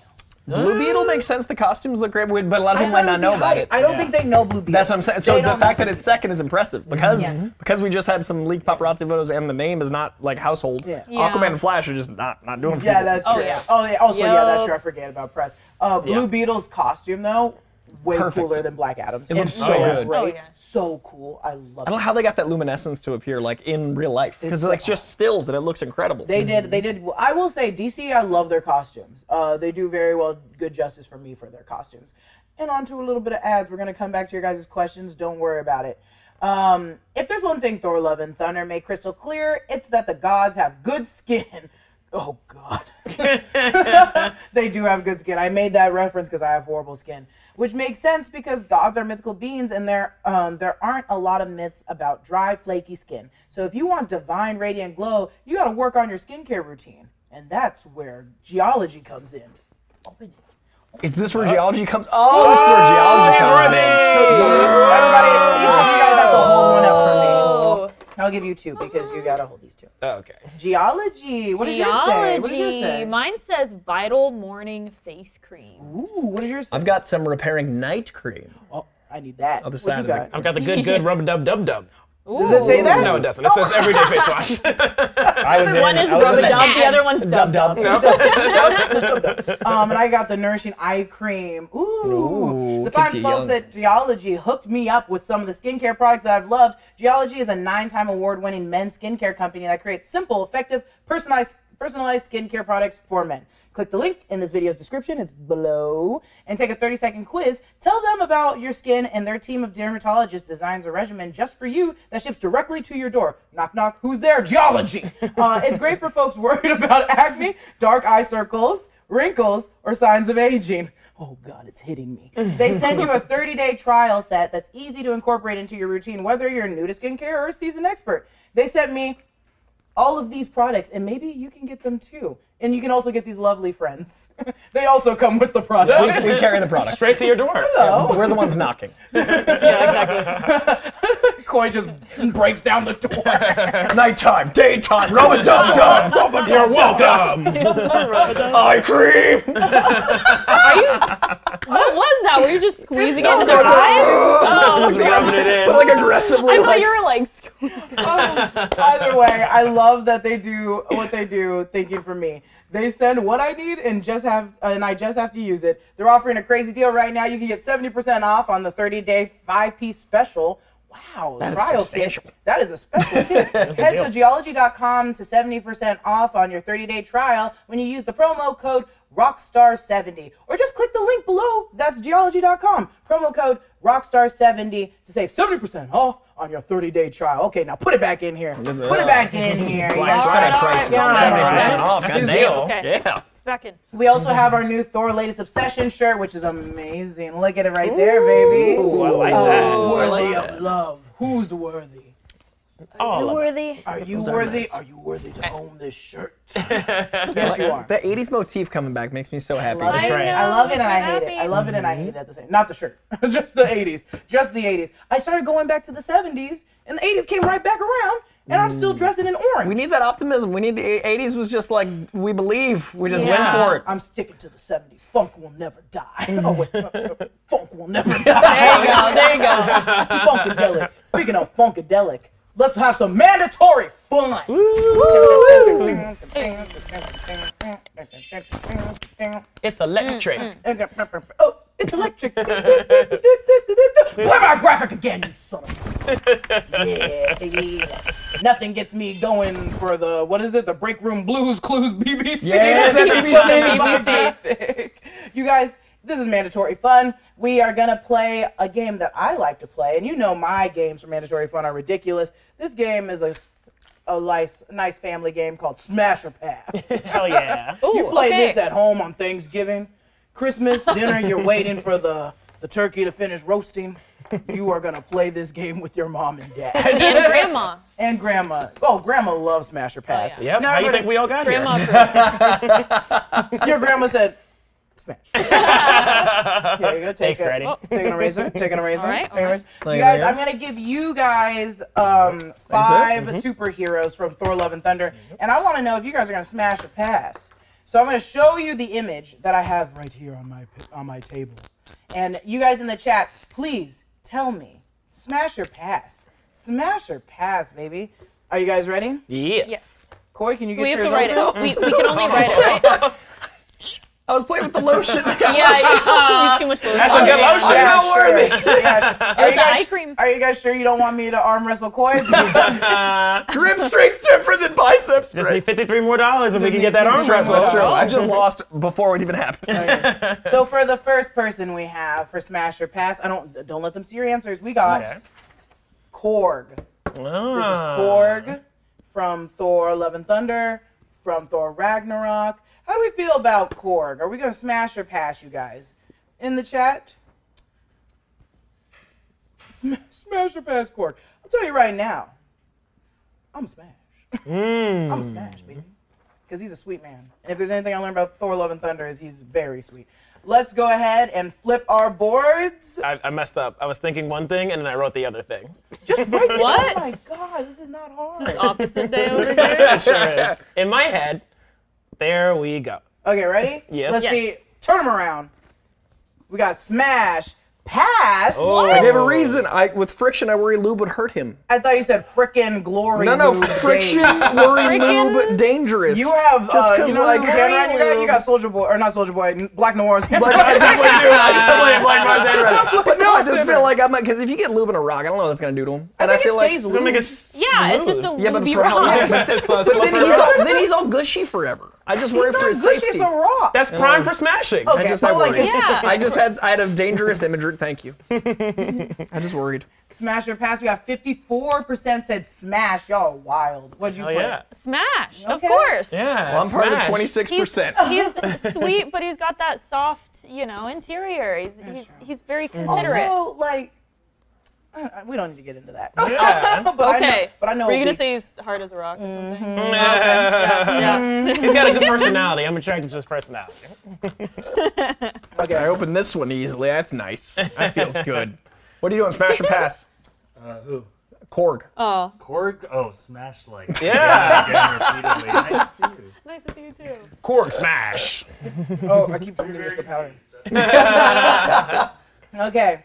Blue Beetle makes sense. The costumes look great, but a lot of people I might not don't know think- about it. I don't Yeah. think they know Blue Beetle. That's what I'm saying. So They the don't fact know that Blue it's second is impressive because Yeah. Mhm. because we just had some leaked paparazzi photos and the name is not like household. Yeah. Yeah. Aquaman and Flash are just not not doing. it for Yeah, people. that's Oh, true. yeah. Oh, yeah. Also, yeah, that's Yup. true. I forget about press. Uh, Blue Yeah. Beetle's costume, though, way Perfect. cooler than Black Adam's. It looks And so so good. great, Oh, yeah. So cool. I love I don't it. know how they got that luminescence to appear like in real life It's because it's like so- just stills and it looks incredible. They did. They did. I will say, DC. I love their costumes. Uh, they do very well. Good justice for me for their costumes. And on to a little bit of ads. We're gonna come back to your guys' questions. Don't worry about it. Um, if there's one thing Thor: Love and Thunder made crystal clear, it's that the gods have good skin. [LAUGHS] Oh God. [LAUGHS] they do have good skin. I made that reference because I have horrible skin, which makes sense because gods are mythical beings, and there um, there aren't a lot of myths about dry, flaky skin. So if you want divine, radiant glow, you got to work on your skincare routine, and that's where geology comes in. Open it. Is this where geology comes? Oh, this is where geology comes. in. Everybody, each of you guys have to hold one up for me. Oh, I'll give you two because you got to hold these two. Oh, Okay. Geology. What does yours say? What does yours say? geology. Mine says vital morning face cream. Ooh, what does yours say? I've got some repairing night cream. Oh, I need that. Other What side you of the- got? I've got the good, good rub a dub dub dub. Does it say Ooh. that? No, it doesn't. It says everyday face wash. I was in- One is I was in rub a that- dub, [LAUGHS] the other one's dub dub. Um, and I got the nourishing eye cream. Ooh, Ooh, the keeps fine you folks young. at Geology hooked me up with some of the skincare products that I've loved. Geology is a nine-time award-winning men's skincare company that creates simple, effective, personalized personalized skincare products for men. Click the link in this video's description. It's below, and take a 30-second quiz. Tell them about your skin, and their team of dermatologists designs a regimen just for you that ships directly to your door. Knock knock. Who's there? Geology. Uh, it's great for folks worried about acne, dark eye circles wrinkles, or signs of aging. Oh God, it's hitting me. [LAUGHS] They send you a 30-day trial set that's easy to incorporate into your routine, whether you're new to skincare or a seasoned expert. They sent me all of these products, and maybe you can get them too. And you can also get these lovely friends. [LAUGHS] they also come with the product. [LAUGHS] We carry the product. Straight to your door. We're the ones knocking. [LAUGHS] Koi just breaks down the door. Nighttime, [LAUGHS] daytime, rub a dub dub. [LAUGHS] You're welcome. Eye [LAUGHS] cream. Are you? What was that? Were you just squeezing it into their eyes? [LAUGHS] Just rubbing it in. But like aggressively. I thought like, you were like squeezing. Either way, I love that they do what they do. Thinking for me, they send what I need and just have, and I just have to use it. They're offering a crazy deal right now. You can get seventy percent off on the thirty-day five-piece special. Wow, that is substantial. Kit. That is a [LAUGHS] special kit. Head to geology.com to seventy percent off on your thirty-day trial when you use the promo code Rockstar70, or just click the link below. That's geology.com. Promo code Rockstar70 to save seventy percent off on your thirty-day trial. Okay, now put it back in here. Put it back in here. you Black guys. Friday Alright, prices, alright, seventy alright. percent off. That's his goddamn. deal. Okay. Yeah. It's back in. We also have our new Thor Latest Obsession shirt, which is amazing. Look at it right there, baby. Ooh, I like Oh, that. worthy of love. Who's worthy? Are you worthy? Are you Those are worthy? nice. Are you worthy to own this [LAUGHS] shirt? yes, you are. That 80s motif coming back makes me so happy. Love That's it. great. I love it and know, I I'm hate so it. I happy. love it and I hate it at the same. Not the shirt, [LAUGHS] just the '80s, just the '80s. I started going back to the '70s, and the '80s came right back around, and I'm still dressing in orange. We need that optimism. We need the 80s was just like we believe. We just Yeah. went for it. I'm sticking to the '70s. Funk will never [LAUGHS] die. Oh wait, funk will [LAUGHS] never die. There you go. There you go. funkadelic. Speaking of funkadelic, let's have some mandatory fun. [LAUGHS] It's electric. Oh, it's electric. [LAUGHS] Play my graphic again, you son of a. Yeah, yeah. Nothing gets me going for the what is it? The break room blues clues BBC. [LAUGHS] Yeah, the BBC. Graphic. You guys, this is mandatory fun. We are gonna play a game that I like to play, and you know my games for mandatory fun are ridiculous. This game is a a nice, nice family game called Smash or Pass. Hell yeah. Ooh, [LAUGHS] you play okay. this at home on Thanksgiving, Christmas dinner. [LAUGHS] You're waiting for the the turkey to finish roasting. You are gonna play this game with your mom and [LAUGHS] dad and grandma. and grandma. Oh, grandma loves Smash or Pass. Oh, yeah. Yep. Now How I'm you gonna- think we all got [LAUGHS] here? Grandma. approved. Your grandma said, [LAUGHS] "Smash." Here you go. Take Thanks, a, Granny. Take an eraser. Take an eraser. Oh. All right, take an all eraser. right. You guys, Later. I'm gonna give you guys um, Thanks, sir. five superheroes from Thor: Love and Thunder, and I want to know if you guys are gonna smash or pass. So I'm going to show you the image that I have right here on my pa- on my table, and you guys in the chat, please tell me, smash or pass, smash or pass, baby. Are you guys ready? Yes. Yes. Corey, can you get We have yours to write it. open? We, we can only write [LAUGHS] it, right? I was playing with the lotion. Yeah, Uh, yeah. too much lotion. That's a good motion. Yeah, How sure. worthy. Yeah, sure. Are It's you the guys- eye cream. Are you guys sure you don't want me to arm wrestle Corey? Because Grip strength's different than bicep Just strength. need fifty-three more dollars, and we can need get that arm 53 wrestle. more That's true. Oh. I just lost before it even happened. So for the first person we have for smash or pass, I don't don't let them see your answers. We got Okay. Korg. This is Korg from Thor: Love and Thunder, from Thor: Ragnarok. How do we feel about Korg? Are we gonna smash or pass, you guys? In the chat. Sm- smash or pass Korg. I'll tell you right now. I'm smash. Hmm. I'm Hmm. smash, baby. Because he's a sweet man. And if there's anything I learned about Thor: Love and Thunder is he's very sweet. Let's go ahead and flip our boards. I, I messed up. I was thinking one thing, and then I wrote the other thing. Just right there. [LAUGHS] What? Oh my god, this is not hard. Opposite day [LAUGHS] over here. [LAUGHS] It sure is. In my head, there [LAUGHS] we go. Okay, ready? Yes. Let's Yes. see. Turn them around. We got smash, pass. I gave a reason. I with friction, I worry lube would hurt him. I thought you said frickin' glory. No, no, lube friction, days. worry Frickin'? lube, dangerous. You have just uh, because you know, like lube. Xander on your guy, you lube. got Soldier Boy or not Soldier Boy, N- Black Noir's hand. [LAUGHS] But I definitely do. I definitely am like Mars Black Andrew. But no, I just Noir's feel Xander. like I'm like because if you get lube in a rock, I don't know what that's gonna do to him. And I I, think feel it stays like loose. Yeah, it's just a yeah, but loopy for how long? [LAUGHS] rock. but That's not then he's all then he's all gushy forever. I just worry It's for not his gushy, safety. it's a rock. That's prime for smashing. Okay. I just but I like worried. it's- Yeah. I just had I had a dangerous imagery. Thank you. [LAUGHS] I just worried. smash or pass. We got 54% said smash. Y'all are wild. What'd you Hell put? "Oh, yeah. Smash, of Okay. course. Yeah. Well, I'm part of smash. the 26 He's, percent. [LAUGHS] he's sweet, but he's got that soft, you know, interior. He's, he's, true. he's very considerate. Mm-hmm. Also, like, I- I- we don't need to get into that. [LAUGHS] Yeah. but I know- okay. but I know. Mm-hmm. Were you going we- to say he's hard as a rock or something? [LAUGHS] Yeah. Yeah. He's got a good personality. I'm attracted to his personality. Okay. I opened this one easily. That's nice. That feels good. [LAUGHS] What are you doing? Smash or pass? Uh, who? Korg. [LAUGHS] Oh, Korg? Oh, smash like. Yeah. Again, repeatedly. Nice to see you. nice to see you too. [LAUGHS] Cork smash. Oh, I keep drinking just the [LAUGHS] powder. okay.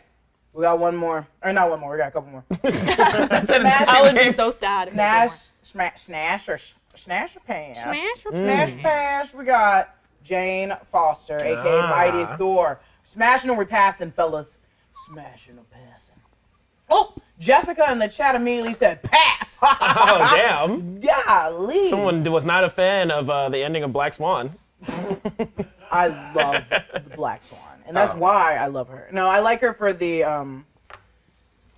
We got one more. Or not one more. We got a couple [LAUGHS] more. I smash, would be so sad. if he was smash, somewhere. smash, snash, or sh- snash or pass. Smash or Mm. Smash, smash. We got Jane Foster, aka Ah. Mighty Thor. Smashing and repassing, fellas. Smashing and passing. Oh, Jessica in the chat immediately said pass. [LAUGHS] [LAUGHS] Oh damn! Golly. Someone was not a fan of uh, the ending of Black Swan. I love the Black Swan, and Oh. that's why I love her. No, I like her for the um.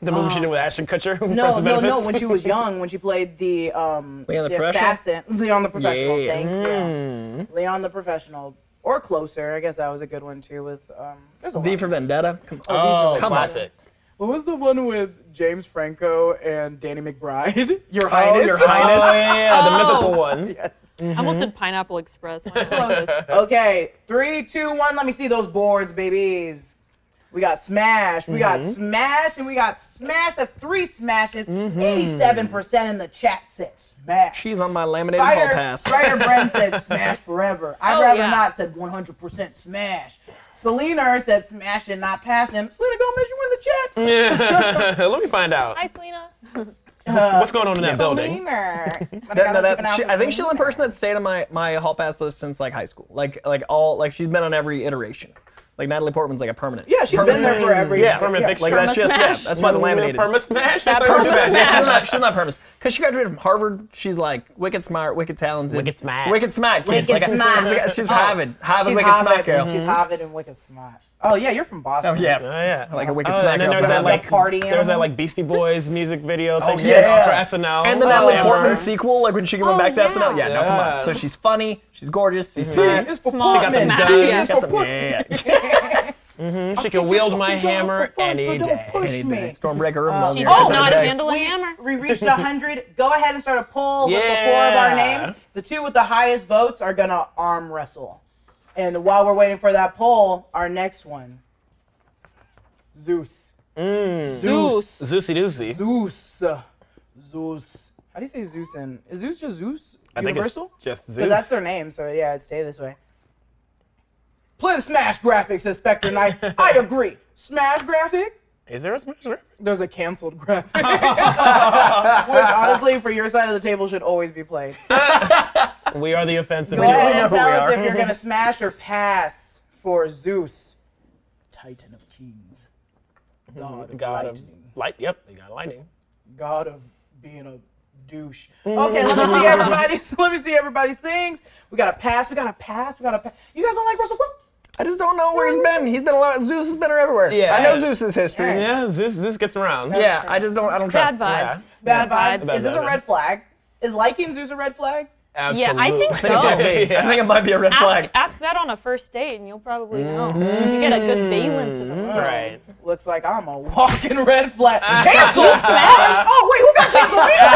The movie she did with Ashton Kutcher. No, [LAUGHS] Friends with no, no. Benefits. When she was young, when she played the um Leon the Professional? Mm. assassin, [LAUGHS] Leon the professional. Yeah. Thank you. Leon the professional, or closer. I guess that was a good one too. With um, there's a D lot. for Vendetta. Come on. Oh, Come on. classic. [LAUGHS] What was the one with James Franco and Danny McBride? [LAUGHS] Your Oh, Highness. your Oh, highness. yeah, yeah, the Oh. mythical one. I almost said Pineapple Express. when I was like this. Okay, three, two, one. Let me see those boards, babies. We got smash, we got smash, and we got smash. That's three smashes. 87% in the chat said smash. She's on my laminated hall Spider, pass. [LAUGHS] Spider Bren said smash forever. I'd Oh, rather yeah. not said 100% smash. Selena said smash and not pass him. Selena Gomez, you in the chat. Let me find out. Hi, Selena. What's going on in that [LAUGHS] building? Selena. But I That- no, gotta that- keep an eye she- out I for think she's the only Selena. person that stayed on my, my hall pass list since like high school. Like like all like she's been on every iteration. Like Natalie Portman's like a permanent. Yeah, she's been permanent there for every. Yeah, Permanent yeah. fixture. Like that's just yeah, Perma-smash. that's why the laminated. Perma smash. Yeah, Perma perma-smash. Yeah, she's smash. not, she's not permanent. Because she graduated from Harvard, she's like wicked smart, wicked talented. Wicked smart. Wicked smart. kid. Wicked Like, I- smart. Oh. like, she's Harvard. Harvard, She's wicked Hobbit. smart girl. She's Hobbit and wicked smart. Oh yeah, you're from Boston. Oh, yeah. Oh yeah. Like a wicked oh, smack And then up there's that behind, like like, party There's that animal. like Beastie Boys music video [LAUGHS] Oh, thing yeah. for SNL. And the Oh, Natalie Sam Portman Burns. sequel, like when she went Oh, back to yeah. SNL. Yeah, no, come Yeah. on. So she's funny, she's gorgeous, she's smart. It's for Small She got some Portman. [LAUGHS] [LAUGHS] guns. smash. Yeah. She got some- Yeah. She can wield my Don't for hammer fun, so any don't day. push Any me. day. Stormbreaker. Uh, Mjolnir, She She does does every not day. handle a We, hammer. we reached 100. Go ahead and start a poll with the four of our Yeah. names. The two with the highest votes are going to arm wrestle. And while we're waiting for that poll, our next one Zeus. Zeus. Zeusy doozy. Zeus. Zeus. How do you say Zeus in? Is Zeus just Zeus? I think it's Universal? just Zeus. But that's their name, so yeah, it'd stay this way. Play the Smash graphic, says Spectre Knight. [LAUGHS] I agree. Smash graphic? Is there a Smash Bros? There's a canceled [LAUGHS] graphic. Which, honestly, for your side of the table, should always be [LAUGHS] played. We are the offensive. Go team. ahead and We tell us are. if you're [LAUGHS] going to smash or pass for Zeus, Titan of Kings, God of God of Lightning, light. Yep, they got lightning. God of being a douche. Mm. Okay, let me see everybody's. [LAUGHS] Let me see everybody's things. We got to pass. We got to pass. We got to pass. You guys don't like Russell Crowe? I just don't know where he's been. He's been a lot. Zeus has been everywhere. Yeah. I know Zeus's history. Yeah. Yeah. Yeah, Zeus. Zeus gets around. I just don't. I don't trust. Bad Yeah. vibes. Bad vibes. Bad Is this a vibes. red flag? Is liking Zeus a red flag? Yeah, I think I think, it so. [LAUGHS] might be. I think it might be a red Ask, flag. ask that on a first date and you'll probably know. You get a good balance of them. Mm-hmm. Right. Looks like I'm a walking [LAUGHS] red flag. Cancel Smash? Oh wait, who got canceled? We got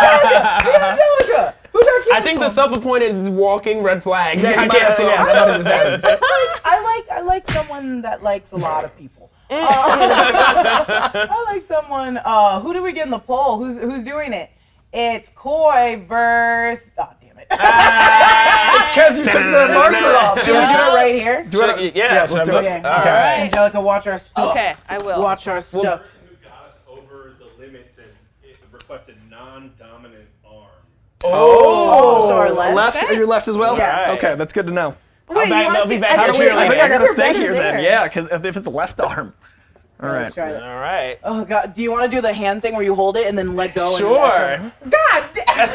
canceled. Me and Angelica. Me and Angelica. Who got canceled? I think the self-appointed walking red flag. [LAUGHS] Yeah, got you might- canceled. yeah, that might have just happened. That's like- I like I like someone that likes a lot of people. Uh, [LAUGHS] I like someone. Uh, who did we get in the poll? Who's who's doing it? It's Coy versus. Oh damn it! It's because you took the marker off. Should we do it right here? Do it. Should- yeah, yeah, let's should do I- it. Okay. All Okay. right. Angelica, watch our stuff. Okay, I will. Watch our stuff. person who got us over the limits and it requested non-dominant arm. Oh, so our left. Left? Are you left as well? Yeah. Okay, that's good to know. Wait, back- you wanna I'll be see- back I here think- wait, I shortly. think I gotta you're stay better here there. then. Yeah, because if, if it's left arm. All right. Let's try that. [LAUGHS] All right. Oh god, do you want to do the hand thing where you hold it and then let go? and Sure. God. [LAUGHS] damn- It's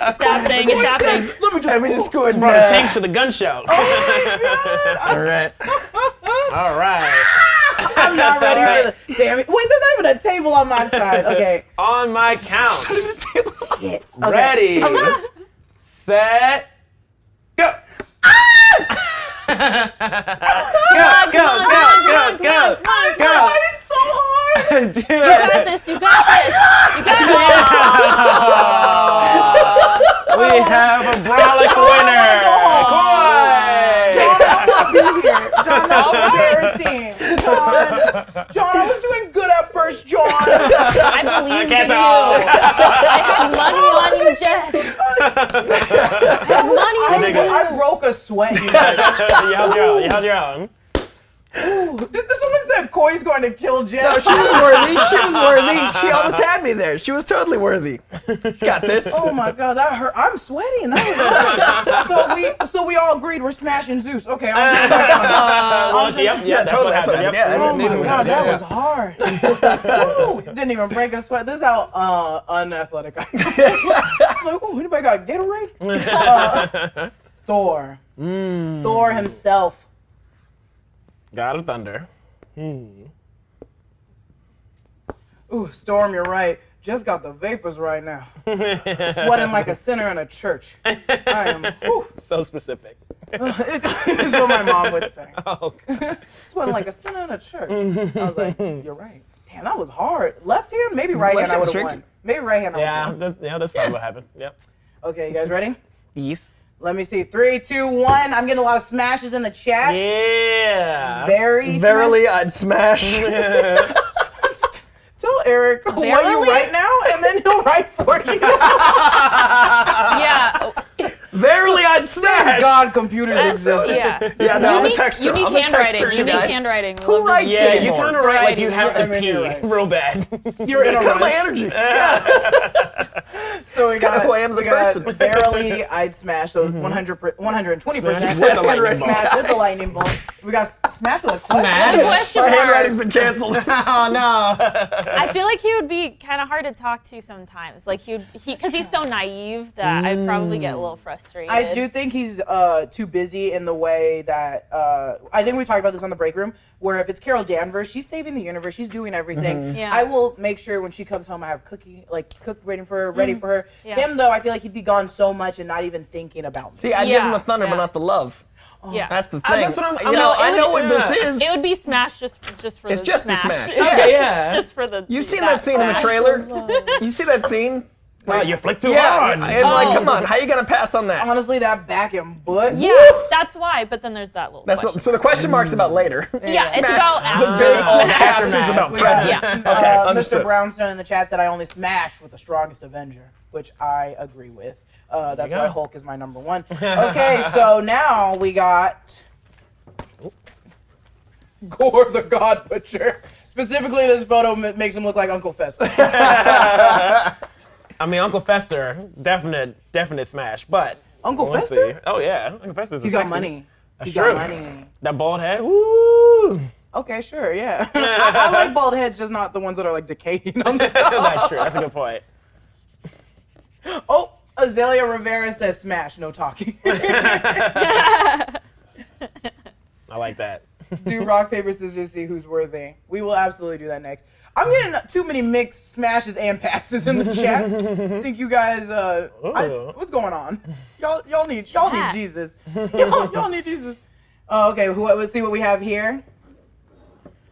happening. Let It's happening. me just. Oh, Let me [LAUGHS] just go Brought a tank to the gun show. uh, All right. [LAUGHS] All right. I'm not ready for the damn it. Wait, there's not even a table on my side. Okay. On my count. [LAUGHS] Shit. Okay. Ready. set. Go. go, go, go, go, I'm go. trying so hard. go. Do You it. got this. You got this. You got Oh this. We have a brolic winner. [LAUGHS] John, I love you here. John, that's embarrassing. John, John, I was doing good at first, [LAUGHS] John. I believed in you. Cancel. I had money on you, [LAUGHS] Jess. I had money on you. I broke a [LAUGHS] sweat. you guys. you held your own. You held your own. Did someone said Coy's going to kill Jim? No, Oh, she was worthy. She was worthy. She almost had me there. She was totally worthy. She's got this. [LAUGHS] Oh my god, that hurt. I'm sweating. That was hard. so we so we all agreed we're smashing Zeus. Okay. [LAUGHS] I'm just- Launch, yep, yeah, that's what happened. Yep. Yeah, I oh didn't my need it. god, Yeah, that was hard. Ooh, didn't even break a sweat. This is how uh, unathletic I am. like, ooh, anybody got [LAUGHS] a Gatorade? Uh, Thor. [LAUGHS] Thor himself. Mm. God of Thunder. Ooh, Storm, you're right. Just got the vapors right now. Sweating like a sinner in a church. I am. Ooh. [LAUGHS] So specific. [LAUGHS] it's what my mom would say. Oh, Sweating like a sinner in a church. I was [LAUGHS] like, you're right. Damn, that was hard. Left hand, maybe right Left hand, I hand's would have tricky. won. Maybe right hand. I would've yeah, won. that, yeah, that's probably what happened. Yep. Okay, you guys ready? Yes. Let me see. Three, two, one. I'm getting a lot of smashes in the chat. Yeah. Very. Verily, I'd [LAUGHS] smash. smash- [LAUGHS] Tell Eric what Verily? you write now, and then he'll write for [LAUGHS] you. Oh Yeah. Verily, I'd smash. God, computers That's, exist. [LAUGHS] yeah. Yeah, no, you I'm a need, texter. You need I'm a handwriting. texter, you you need guys. handwrites. Who writes Yeah, you anymore? kind of write like you have Variety. I to mean, pee you're right. real bad. You're [LAUGHS] in a It's kind rush. of my energy. Yeah. so we got, kinda who I am as a we got person. Mm-hmm. Barely, I'd smash those 100, 120 percent. Smash with the lightning bolt. Smash with the [LAUGHS] lightning bolt. We got s- smash with a question. Smash. Question My mark. handwriting's been canceled. [LAUGHS] oh no. I feel like he would be kind of hard to talk to sometimes. Like he would, he, because he's so naive that I'd probably get a little Mm. frustrated. I do think he's uh, too busy in the way that uh, I think we talked about this on the break room. Where if it's Carol Danvers, she's saving the universe, she's doing everything. Mm-hmm. Yeah. I will make sure when she comes home, I have cookie like cooked waiting for her, ready for her. Mm-hmm. Yeah. Him though, I feel like he'd be gone so much and not even thinking about. See, I give Yeah, him the thunder, but yeah. not the love. Yeah. That's the Uh, thing. that's what I'm- You So know, it I would- know what yeah. this is. It would be smash just just for It's the just a smash. smash. It's Yeah, [LAUGHS] just, yeah. just for the. You've seen that that scene in the smash. trailer. You see that scene? Wow, you flicked too Yeah, hard. and like, Oh. come on, how you gonna pass on that? Honestly, that back and butt. Yeah, that's why. But then there's that little. That's question. the, so the question mark's [LAUGHS] about later. yeah, it's about the after Oh, big the old smash. abs is about We present. got, Oh, Yeah. Okay, uh, Mr. understood. Brownstone in the chat said I only smash with the strongest Avenger, which I agree with. Uh, that's you why go. Hulk is my number [LAUGHS] one. Okay, so now we got Gore the God Butcher. Specifically, this photo ma- makes him look like Uncle Fester. I mean, Uncle Fester, definite, definite smash. But [LAUGHS] Uncle let's Fester? see. Oh yeah, Uncle Fester's. a He's got sexy- money. He's true. got money. That bald head. Woo! [LAUGHS] Okay, sure, yeah. [LAUGHS] I, I like bald heads, just not the ones that are like decaying [LAUGHS] on the top. That's true. That's a good point. Oh, Azalea Rivera says smash, no [LAUGHS] talking. [LAUGHS] [LAUGHS] I like that. do rock, paper, scissors, see who's worthy. We will absolutely do that next. I'm getting too many mixed smashes and passes in the [LAUGHS] chat. I think you guys, uh, I- Oh. Ooh. what's going on? Y'all, y'all need, y'all Yeah. need Jesus. [LAUGHS] Y'all, y'all need Jesus. Oh, okay, who, let's see what we have here.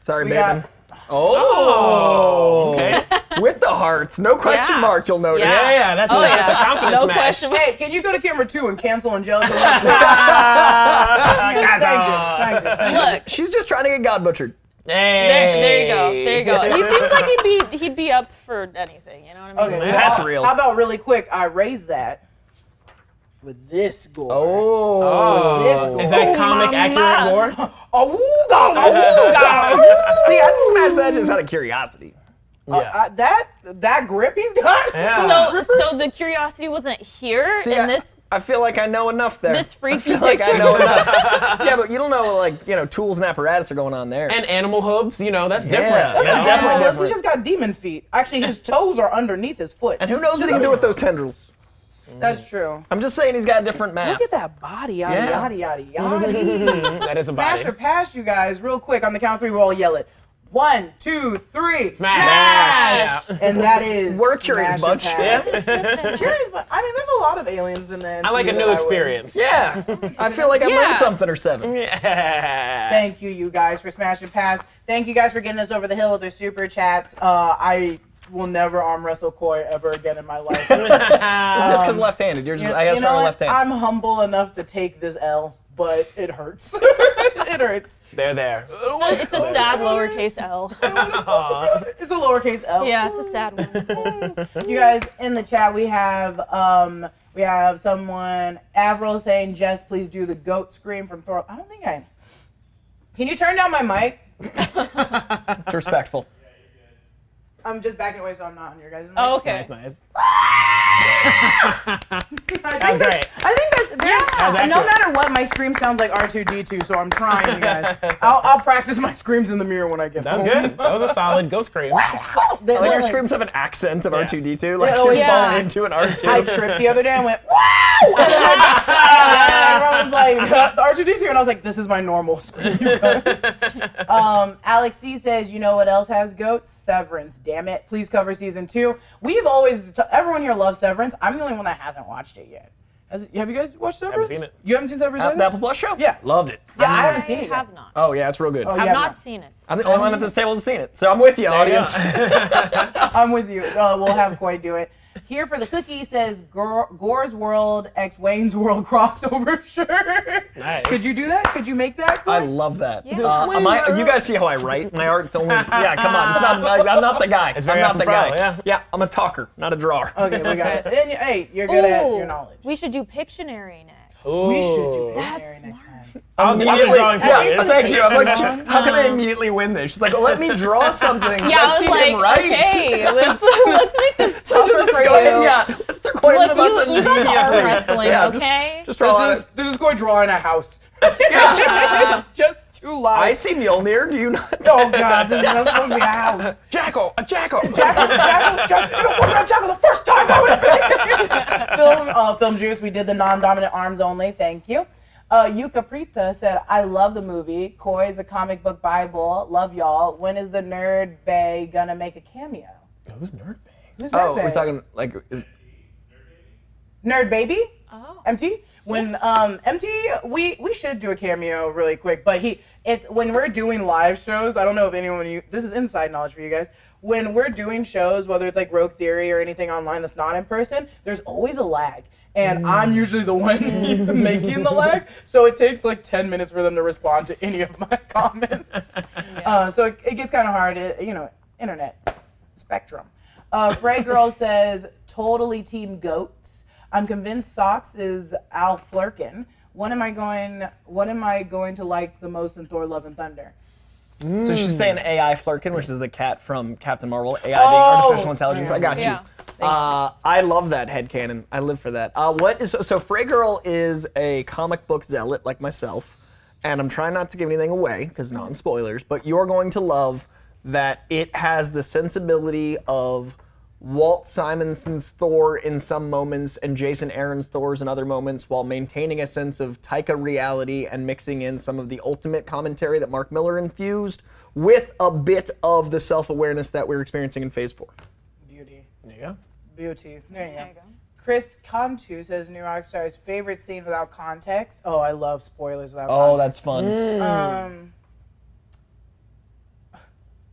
Sorry, We baby. got- Oh, [LAUGHS] Okay. with the hearts, no question Yeah. mark. You'll notice. Yeah. Yeah, yeah, that's, Oh, a, that's yeah. a [LAUGHS] confidence No match. question. Hey, can you go to camera two and cancel [LAUGHS] Angelica? Gaza. thank you, thank you. Look, She's just trying to get God butchered. Hey. there, there you go. There you [LAUGHS] go. He seems like he'd be he'd be up for anything. You know what I mean? Okay, well, That's how- real. How about really quick? I raise that with this gore. Oh. Oh, Oh. Is that Oh, comic mama. accurate war? Awooga, Oh, [LAUGHS] [LAUGHS] See, I'd smash that just out of curiosity. Uh, uh, that that grip he's got. Yeah. So, so the curiosity wasn't here See, in I, this I feel like I know enough there. this freaky like I picture. know enough. [LAUGHS] yeah, but you don't know like you know tools and apparatus are going on there. and animal hooves, you know, that's Yeah. different. That's That's He's definitely got- definitely different. He just got demon feet. Actually, his toes are underneath his foot. And who knows what he can do with those tendrils? That's true. I'm just saying he's got a different map. Look at that body, yada Yeah. yada yada [LAUGHS] yada. different. [LAUGHS] That is a Smash body. or pass, you guys, real quick on the count of three. We'll all yell it. One, two, three. Smash. Smash! And that is. We're a curious smash or bunch. pass. Yeah. Curious. bu- I mean, there's a lot of aliens in the. I like a MCU that new would- experience. Yeah, I feel like I Yeah. learned something [LAUGHS] or seven. [LAUGHS] Yeah. Thank you, you guys, for smashing pass. Thank you guys for getting us over the hill with their super chats. Uh, I will never arm wrestle Koi ever again in my [LAUGHS] life. It's just because Um, left-handed. You're You- just I got you know strong what? left hand. I'm humble enough to take this L, but it hurts. [LAUGHS] it hurts. They're [LAUGHS] [LAUGHS] there. It's a, it's a sad lowercase L. Aw. It's a lowercase L. Yeah, it's a sad one. You guys in the chat, we have um, we have someone Avril saying, "Jess, please do the goat scream from Thor." I don't think I. Can you turn down my mic? It's respectful. I'm just backing away, so I'm not on your guys. mic. Oh, okay. nice. [LAUGHS] I think That's great. I think that's yeah. That's no accurate. matter what, my scream sounds like R2D2, so I'm trying, you [LAUGHS] guys. I'll, I'll practice my screams in the mirror when I get [LAUGHS] That was home. good. That was a solid goat scream. They- Like your they're screams have an accent of Yeah. R2D2. Like Yeah, Oh, you're yeah. falling into an R2. I tripped the other day and went, wow! [LAUGHS] And then I, and everyone was like, R2D2, and I was like, this is my normal scream. you guys. [LAUGHS] um, Alex C says, you know what else has goats? Severance, damn it. Please cover season two. We've always, everyone here loves Severance. I'm the only one that hasn't watched it yet. Has, have you guys watched Severance? seen it. You haven't seen Severance? Apple, either? the Apple Plus show. Yeah. loved it. yeah, I haven't seen it. I yet. have not. Oh yeah, it's real good. Oh, I've yeah, not no. seen it. I'm the only one at this table that's seen it, so I'm with you, audience. [LAUGHS] I'm with you. Uh, we'll have Koi do it. Here for the cookie says Gor- Gore's World X Wayne's World [LAUGHS] crossover shirt. Nice. Could you do that? Could you make that? Koi? I love that. Yeah. Uh, Wait, my- you guys see how I write? My art's [LAUGHS] only. Yeah, come on. It's not, like, I'm not the guy. It's very I'm not the guy. apropos, yeah. I'm a talker, not a drawer. okay, [LAUGHS] we got it. [LAUGHS] And, hey, you're good at your Ooh, knowledge. we should do Pictionary next. We should do Ooh. that That's Mary, next time. I'm be drawing for you. thank you. I'm [LAUGHS] like, Um, how can I immediately win this? She's like, let me [LAUGHS] draw something. Yeah, I I've was seen like, him write. [LAUGHS] okay, let's, let's make this Let's tougher just for go ahead. you. Yeah, let's throw quite Look, a bit of you- us in [LAUGHS] you guys are immediately. wrestling, yeah, okay? Just, just draw This this is this is Koi drawing a house. [LAUGHS] it's just two I lives. see Mjolnir. Do you not? Oh God, [LAUGHS] this is not supposed to be a house. [LAUGHS] Jackal, a jackal. Jackal, Jackal, Jackal. If it wasn't on Jackal the first time, I would have [LAUGHS] film, uh, film Juice, we did the non dominant arms only. Thank you. Uh, Yuka Prita said, I love the movie. Koi is a comic book Bible. Love y'all. When is the Nerd Bay gonna make a cameo? Who's nerd bag? Who's Nerd Oh, Bay? we're talking like. Is, Nerd Baby? Oh. MT. When um MT, we we should do a cameo really quick, but he it's when we're doing live shows. I don't know if anyone you this is inside knowledge for you guys. When we're doing shows, whether it's like Rogue Theory or anything online that's not in person, there's always a lag. And I'm usually the one [LAUGHS] making the lag, so it takes like 10 minutes for them to respond to any of my [LAUGHS] comments. Uh, so it, it gets kind of hard, it, you know, internet spectrum. Uh, Frey [LAUGHS] Girl says, totally team goats. I'm convinced Socks is Al Flurkin. What am I going? What am I going to like the most in Thor: Love and Thunder? So she's saying AI Flurkin, which is the cat from Captain Marvel. AI being Oh! artificial intelligence. I got you. Yeah. Uh, I love that headcanon. I live for that. Uh, what is so, so? Frey Girl is a comic book zealot like myself, and I'm trying not to give anything away because non spoilers. But you're going to love that it has the sensibility of Walt Simonson's Thor in some moments and Jason Aaron's Thors in other moments, while maintaining a sense of Taika reality and mixing in some of the ultimate commentary that Mark Miller infused with a bit of the self awareness that we're experiencing in Phase Four. Beauty, There you go. beauty. There you There you go. go. Chris Cantu says New Rockstar's favorite scene without context. Oh, I love spoilers without Oh, context. that's fun. Um,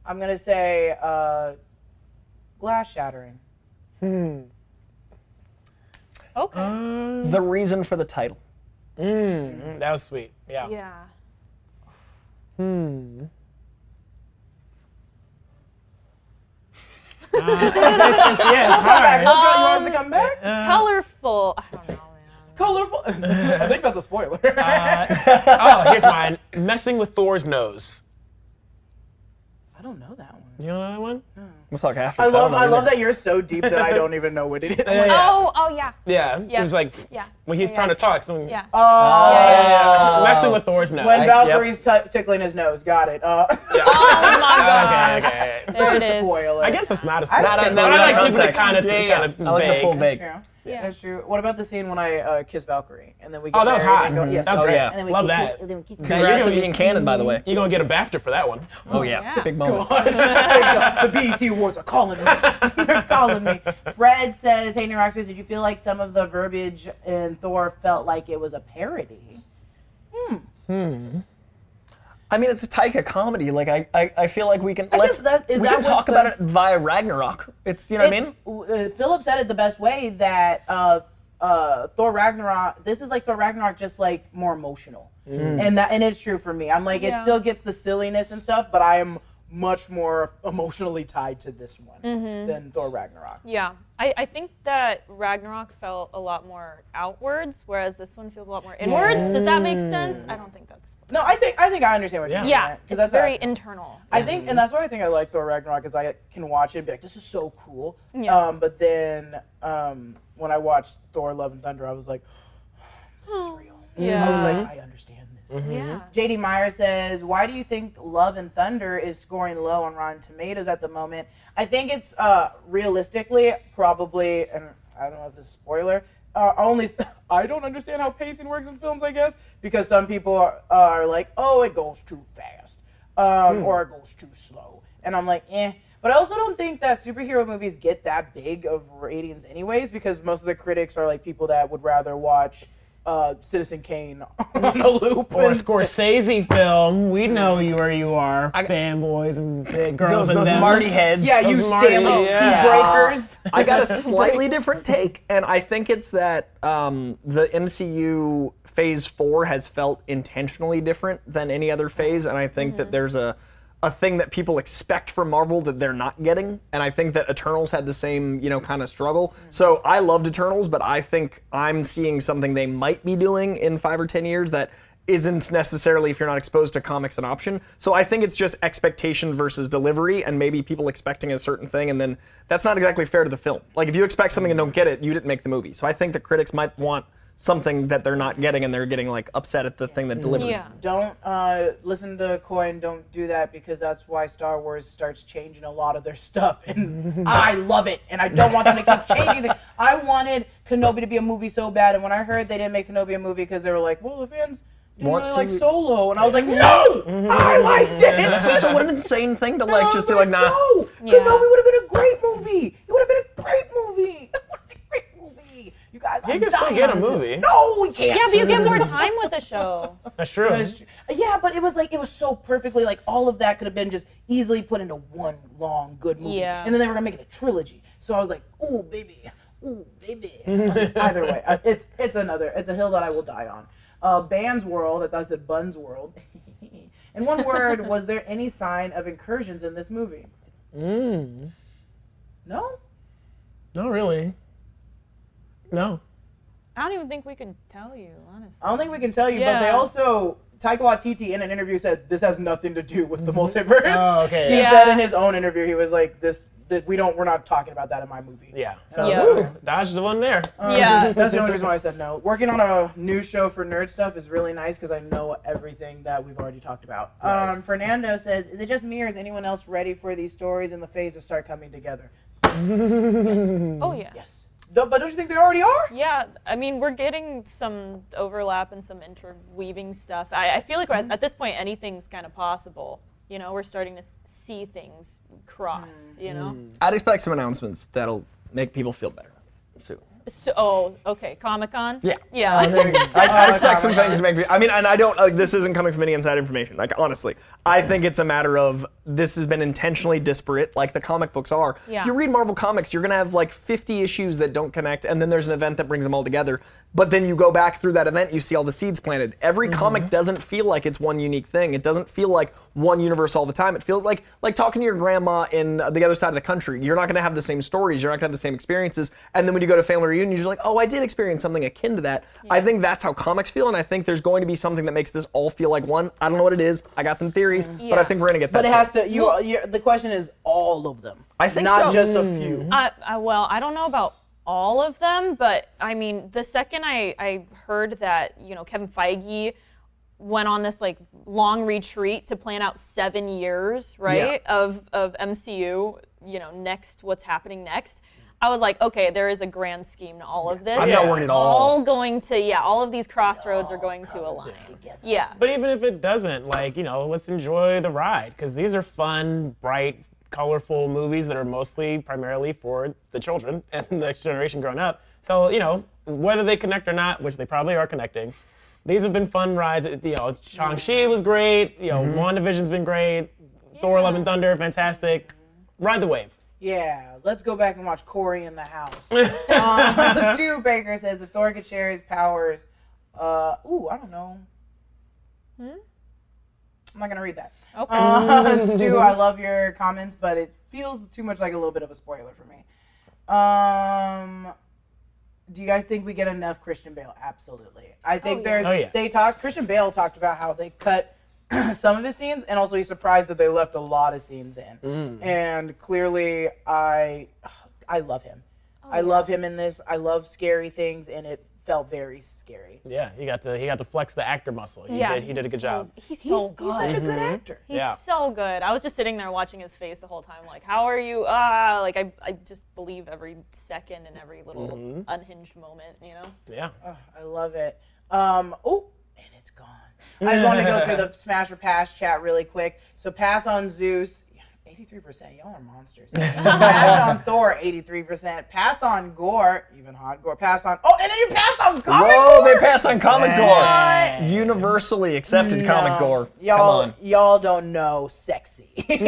I'm gonna say uh, glass shattering. Mm. Okay. The reason for [LAUGHS] the title. Mm, that was sweet. Yeah. yeah. [LAUGHS] It's- it's- yeah, it's Let's hard. go. You want us to come back? Colorful. I don't know, man. Colorful. [LAUGHS] I think that's a [LAUGHS] spoiler. Uh, oh, [LAUGHS] here's mine. Messing with Thor's nose. I don't know that one. You know that one? Oh, We'll talk after. I 'cause love don't I know love either. that you're so deep that I [LAUGHS] don't even know what it is. Oh, oh yeah, Yeah. It Yeah. was like yeah. when he's yeah, trying to talk. Someone, Uh, Yeah. Oh, Oh. Messing with Thor's nose. when I- Valkyrie's t- tickling his nose. Got it. Uh, [LAUGHS] [LAUGHS] Oh my god. okay, okay. There it is. spoiler. I guess it's not a I not don't a, know. but I like No, keeping it context. kind of Yeah, yeah. kind of I like the full that's vague. true. Yeah. That's true. What about the scene when I uh, kiss Valkyrie and then we? Get Oh, that was married hot. and go- yes. That was Oh, great. yeah. And then we Love keep- that. and then we keep- Congrats gonna on being canon, by the way. You're gonna get a BAFTA for that [LAUGHS] one. Oh yeah, yeah. the [LAUGHS] big moment. the BET Awards are calling me. [LAUGHS] They're calling me. Fred says, "Hey, New Rockstars, did you feel like some of the verbiage in Thor felt like it was a parody?" I mean, it's a Taika comedy. Like I, I, I feel like we can I let's guess that- is we that can what talk the- about it via Ragnarok. It's you know what I mean. It- uh, Philip said it the best way that uh, uh, Thor Ragnarok. This is like Thor Ragnarok, just like more emotional, and that and it's true for me. I'm like it Yeah. still gets the silliness and stuff, but I am much more emotionally tied to this one Mm-hmm. than Thor Ragnarok. Yeah, I, I think that Ragnarok felt a lot more outwards, whereas this one feels a lot more inwards. Does that make sense? I don't think that's. No, I think I think I understand what you're saying. Yeah, because it's that's very a- internal. I think, and that's why I think I like Thor Ragnarok is I can watch it and be like, this is so cool. Yeah. Um, but then um, when I watched Thor: Love and Thunder, I was like, this is real. I was Yeah. like, I understand this. Yeah. JD Meyer says, Why do you think Love and Thunder is scoring low on Rotten Tomatoes at the moment? I think it's uh, realistically probably, and I don't know if this is a spoiler, uh, only [LAUGHS] I don't understand how pacing works in films, I guess, because some people are, are like, Oh, it goes too fast, um, or it goes too slow. And I'm like, Eh. But I also don't think that superhero movies get that big of ratings, anyways, because most of the critics are like people that would rather watch. Uh, Citizen Kane [LAUGHS] on a loop Or a and- Scorsese film. We know you where you are. Fanboys and big Those, girls and those them. Marty heads. Yeah, Those you Marty- Stanley yeah. breakers. [LAUGHS] I got a slightly different take, and I think it's that um, the MCU Phase Four has felt intentionally different than any other phase, and I think Mm-hmm. that there's a a thing that people expect from Marvel that they're not getting, and I think that Eternals had the same you know kind of struggle. Mm-hmm. So I loved Eternals, but I think I'm seeing something they might be doing in five or ten years that isn't necessarily if you're not exposed to comics an option. So I think it's just expectation versus delivery and maybe people expecting a certain thing and then that's not exactly fair to the film. Like if you expect something and don't get it, you didn't make the movie. So I think the critics might want something that they're not getting and they're getting like upset at the thing that Mm-hmm. delivered. Yeah. Don't uh, listen to Koi and don't do that because that's why Star Wars starts changing a lot of their [LAUGHS] stuff, and I love it, and I don't want them to keep changing. Things. I wanted Kenobi to be a movie so bad, and when I heard they didn't make Kenobi a movie because they were like, well, the fans didn't Want really to- like Solo, and I was like, no, I liked it. That's also what an insane thing to like just be like, nah. No, [LAUGHS] Yeah. Kenobi would have been a great movie. It would have been a great movie. It would have been a great movie. You guys. He I'm can still dying get on a this- movie. No, we can't. Yeah, but you [LAUGHS] get more time with the show. That's true. That's tr- Yeah, but it was like it was so perfectly like all of that could have been just easily put into one long good movie. Yeah. And then they were gonna make it a trilogy. So I was like, ooh baby, ooh baby. Either way, uh, it's it's another it's a hill that I will die on. Uh, Band's world. I thought I said Bun's world. [LAUGHS] in one word, was there any sign of incursions in this movie? Mm. No. No, really. No. I don't even think we can tell you, honestly. I don't think we can tell you, but they Yeah. also Taika Waititi in an interview said this has nothing to do with the multiverse. Oh, okay, He yeah. said in his own interview, he was like, "This that we don't we're not talking about that in my movie." Yeah. So Yeah. Ooh, dodged the one there. [LAUGHS] Um, [LAUGHS] Yeah. that's the only reason why I said no. Working on a new show for nerd stuff is really nice because I know everything that we've already talked about. Um, Fernando says, "Is it just me or is anyone else ready for these stories and the phases start coming together?" Oh yeah. Mm, Yes. No, but don't you think they already are? Yeah, I mean, we're getting some overlap and some interweaving stuff. I, I feel like we're Mm-hmm. at, at this point, anything's kind of possible. You know, we're starting to see things cross. Mm. You know, I'd expect some announcements that'll make people feel better soon. so oh, okay, Comic Con. Yeah. yeah. I, I Oh, expect some Comic-Con. things to make me. I mean, and I don't. Like, this isn't coming from any inside information. Like honestly, I think it's a matter of this has been intentionally disparate, like the comic books are. Yeah. You read Marvel comics, you're gonna have like 50 issues that don't connect, and then there's an event that brings them all together. But then you go back through that event, you see all the seeds planted. Every Mm-hmm. comic doesn't feel like it's one unique thing. It doesn't feel like one universe all the time. It feels like like talking to your grandma in uh, the other side of the country. You're not gonna have the same stories. You're not gonna have the same experiences. And then when you go to family reunions, you're like, oh, I did experience something akin to that. I think that's how comics feel, and I think there's going to be something that makes this all feel like one. I don't know what it is. I got some theories, but I Yeah. think we're gonna get that. Mm. But it soon. has to. You. you the question is all of them. I think not so. Mm. just a few. [LAUGHS] I, I, well, I don't know about all of them, but I mean, the second I, I heard that, you know, Kevin Feige went on this like long retreat to plan out seven years, right, of, of MCU, you know, next, what's happening next. I was like, okay, there is a grand scheme to all of this. I'm not worried at all. All going to, yeah, all of these crossroads are going to align. Yeah. But even if it doesn't, like, you know, let's enjoy the ride because these are fun, bright, colorful movies that are mostly primarily for the children [LAUGHS] and the next generation growing up. So, you know, whether they connect or not, which they probably are connecting, these have been fun rides. It- You know, Shang-Chi was great. You know, Mm-hmm. WandaVision's been great. Thor, Love, and Thunder, fantastic. Ride the wave. Yeah, let's go back and watch Corey in the house. [LAUGHS] [LAUGHS] um, Stu Baker says if Thor could share his powers, uh, ooh, I don't know. I'm not gonna read that. Okay. Uh, Stu, I love your comments, but it feels too much like a little bit of a spoiler for me. Um, do you guys think we get enough Christian Bale? Absolutely. I think yeah. there's. Oh, yeah. They talked. Christian Bale talked about how they cut [CLEARS THROAT] some of his scenes, and also he's surprised that they left a lot of scenes in. Mm. And clearly, I, I love him. I love him in this. I love scary things, and it felt very scary. Yeah, he got to he got to flex the actor muscle. He yeah, did he did a he's good so- job. He's He's, so he's good. such a Mm-hmm. good actor. He's Yeah. so good. I was just sitting there watching his face the whole time, like, how are you? Ah, like I, I just believe every second and every little Mm-hmm. unhinged moment, you know? [LAUGHS] Yeah. Oh, I love it. Um, oh, and it's gone. I just want to go [LAUGHS] through the smash or pass chat really quick. So pass on Zeus. 83%. Y'all are [LAUGHS] monsters. Smash on Thor, 83%. Pass on Gore, even hot Gore. Pass on. Oh, and then you passed on Comic Whoa, Gore? they passed on Comic Yeah. Gore. Universally accepted Comic No. Gore. Y'all, Come on. y'all don't know [LAUGHS] sexy.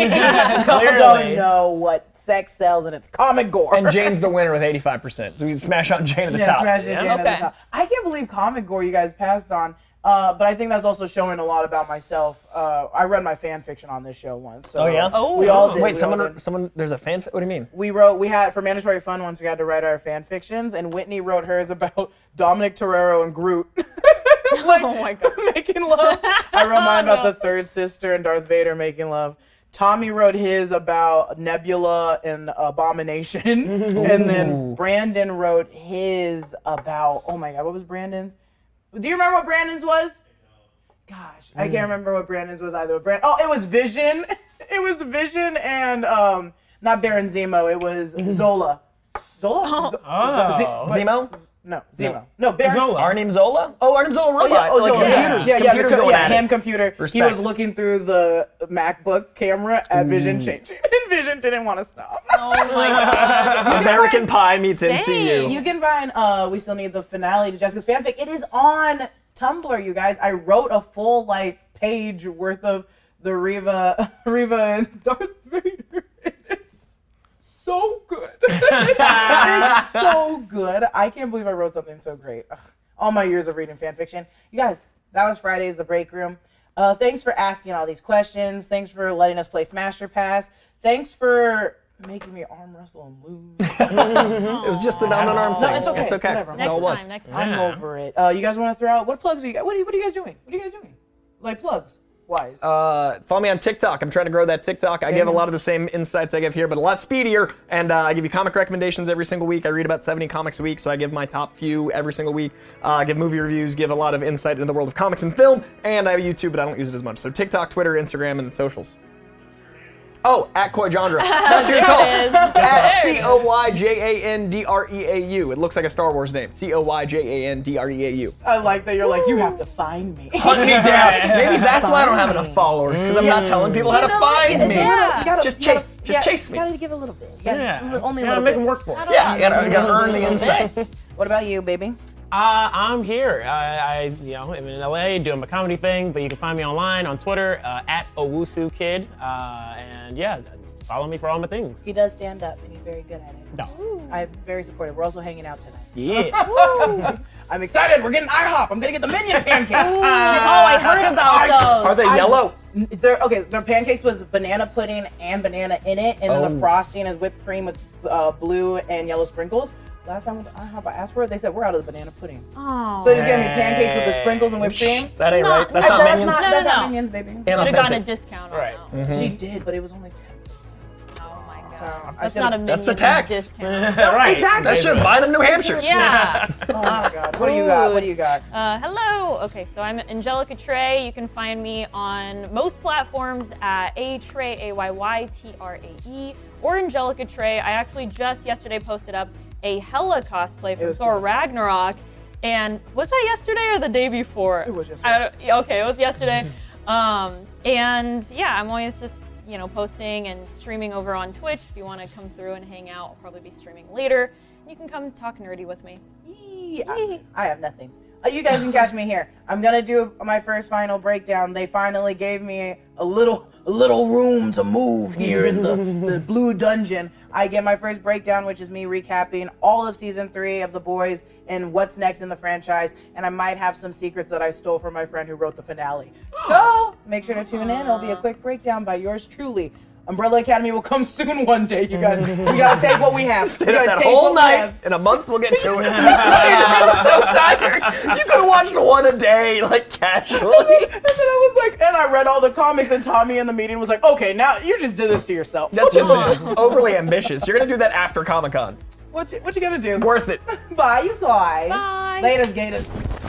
y'all don't Clearly. know what sex sells, and it's Comic Gore. [LAUGHS] And Jane's the winner with 85%. So we can smash out Jane at the Yeah, top. Smash the Yeah. Jam at the Okay. top. I can't believe Comic Gore you guys passed on. Uh, but I think that's also showing a lot about myself. Uh, I read my fan fiction on this show once. So Oh, yeah? Oh, we all did. Wait, we all someone, did. someone, there's a fan. What do you mean? we wrote. We had for mandatory fun once. We had to write our fan fictions, and Whitney wrote hers about [LAUGHS] Dominic Torero and [LAUGHS] Groot. [LAUGHS] like, Oh my gosh. making love. I wrote mine about [LAUGHS] No. the third sister and Darth Vader making love. Tommy wrote his about Nebula and Abomination, [LAUGHS] and then Brandon wrote his about oh my god, what was Brandon's? Do you remember what Brandon's was? Gosh, I Mm. can't remember what Brandon's was either. Brand- oh, it was Vision. [LAUGHS] It was Vision and um, not Baron Zemo. It [LAUGHS] was Zola. Zola. Z- Oh. Z- what? Zemo? No, Zemo. No, Baron. Zola. Arnim Zola? Oh, Arnim Zola Oh, robot. yeah, oh, like Zola. computers. yeah, yeah, yeah, computers the co- going yeah, at ham it. computer. He Respect. Mm. was looking through the MacBook camera at Vision changing. [LAUGHS] And Vision didn't want to stop. [LAUGHS] Oh my [LAUGHS] god. American Pie meets NCU. You can find uh We Still Need the Finale to Jessica's fanfic. It is on Tumblr, you guys. I wrote a full like page worth of the Reva [LAUGHS] Reva and Darth Vader. It's so good. [LAUGHS] it's so good. I can't believe I wrote something so great. Ugh, All my years of reading fanfiction. You guys, that was Friday's The Break Room. Uh, thanks for asking all these questions. Thanks for letting us play Smash or Pass. Thanks for making me arm wrestle and lose. It was just the down and arm thing. No, it's okay. It's okay. Whatever. It's Next all it was. time, next time. I'm over it. Uh, you guys want to throw out what plugs are you guys? What are you, what are you guys doing? What are you guys doing? Like plugs wise. Uh, follow me on TikTok. I'm trying to grow that TikTok. I give a lot of the same insights I give here, but a lot speedier. And uh, I give you comic recommendations every single week. I read about 70 comics a week, so I give my top few every single week. Uh, I give movie reviews, give a lot of insight into the world of comics and film. And I have YouTube, but I don't use it as much. So TikTok, Twitter, Instagram, and socials. Oh, at Coy [LAUGHS] Jandra. That's your call. it is. [LAUGHS] At C O Y J A N D R E A U. It looks like a Star Wars name. C O Y J A N D R E A U. I like that you're like you have to find [LAUGHS] me. Hunt me down. [LAUGHS] Maybe that's why I don't have enough followers because I'm Mm. not telling people how to find me. You gotta- Just you gotta- chase- you just gotta- chase me. You gotta give a little bit. You gotta- Yeah. li- Only a Yeah, little make bit. them work for it. Yeah, you gotta, you gotta earn the insight. [LAUGHS] What about you, baby? Uh, I'm here. Uh, I, you know, I'm in LA doing my comedy thing, but you can find me online on Twitter uh, at Owusu Kid, uh, and yeah, follow me for all my things. He does stand up and he's very good at it. No. I'm very supportive. We're also hanging out tonight. Yeah. I'm excited. We're getting IHOP. I'm gonna get the minion [LAUGHS] pancakes. Ooh, oh, [LAUGHS] I heard about those. Are they yellow? N- They're okay. They're pancakes with banana pudding and banana in it, and then Oh. the frosting is whipped cream with uh, blue and yellow sprinkles. Last time I had I asked for it, they said we're out of the banana pudding. Oh. So they just gave me pancakes with the sprinkles and whipped Shh, cream. that ain't No, right. That's I not said, that's minions. not, No, that's no, not no. Mm-hmm. minions, baby. Should have gotten a Inauthentic. discount on Right. that. She did, but it was only ten. Oh my god. So, I that's feel- not a minion That's the tax. [LAUGHS] discount. No, Right. Exactly. That's just buying them New Hampshire. [LAUGHS] yeah. Oh my god. What do you got? What do you got? Uh, hello. Okay, so I'm Angelica Trey. You can find me on most platforms at A Trey, A Y Y T R A E, or Angelica Trey. I actually just yesterday posted up a Hella cosplay It from was Thor cool. Ragnarok. And was that yesterday or the day before? It was yesterday. I don't- yeah, okay, it was [LAUGHS] yesterday. um, and yeah, I'm always just you know posting and streaming over on Twitch. If you want to come through and hang out, I'll probably be streaming later. You can come talk nerdy with me. Yee, I, I have nothing. Uh, you guys can catch me here. I'm gonna do my first final breakdown. They finally gave me a little a little room to move here in the, [LAUGHS] the blue dungeon. I get my first breakdown, which is me recapping all of season three of The Boys and what's next in the franchise. And I might have some secrets that I stole from my friend who wrote the finale. So make sure to tune in. It'll be a quick breakdown by yours truly. Umbrella Academy will come soon one day, you guys. We gotta take what we [LAUGHS] have. We Hit up gotta that take what whole we have. night. In a month, we'll get to [LAUGHS] it. I'm so tired. You could have watched one a day, like casually. [LAUGHS] and then I was like, and I read all the comics, and Tommy in the meeting was like, okay, now you just did this to yourself. That's what, [LAUGHS] just overly ambitious. You're gonna do that after Comic Con. what, you, what you gonna do? Worth it. Bye, you guys. Bye. Laters, Gators.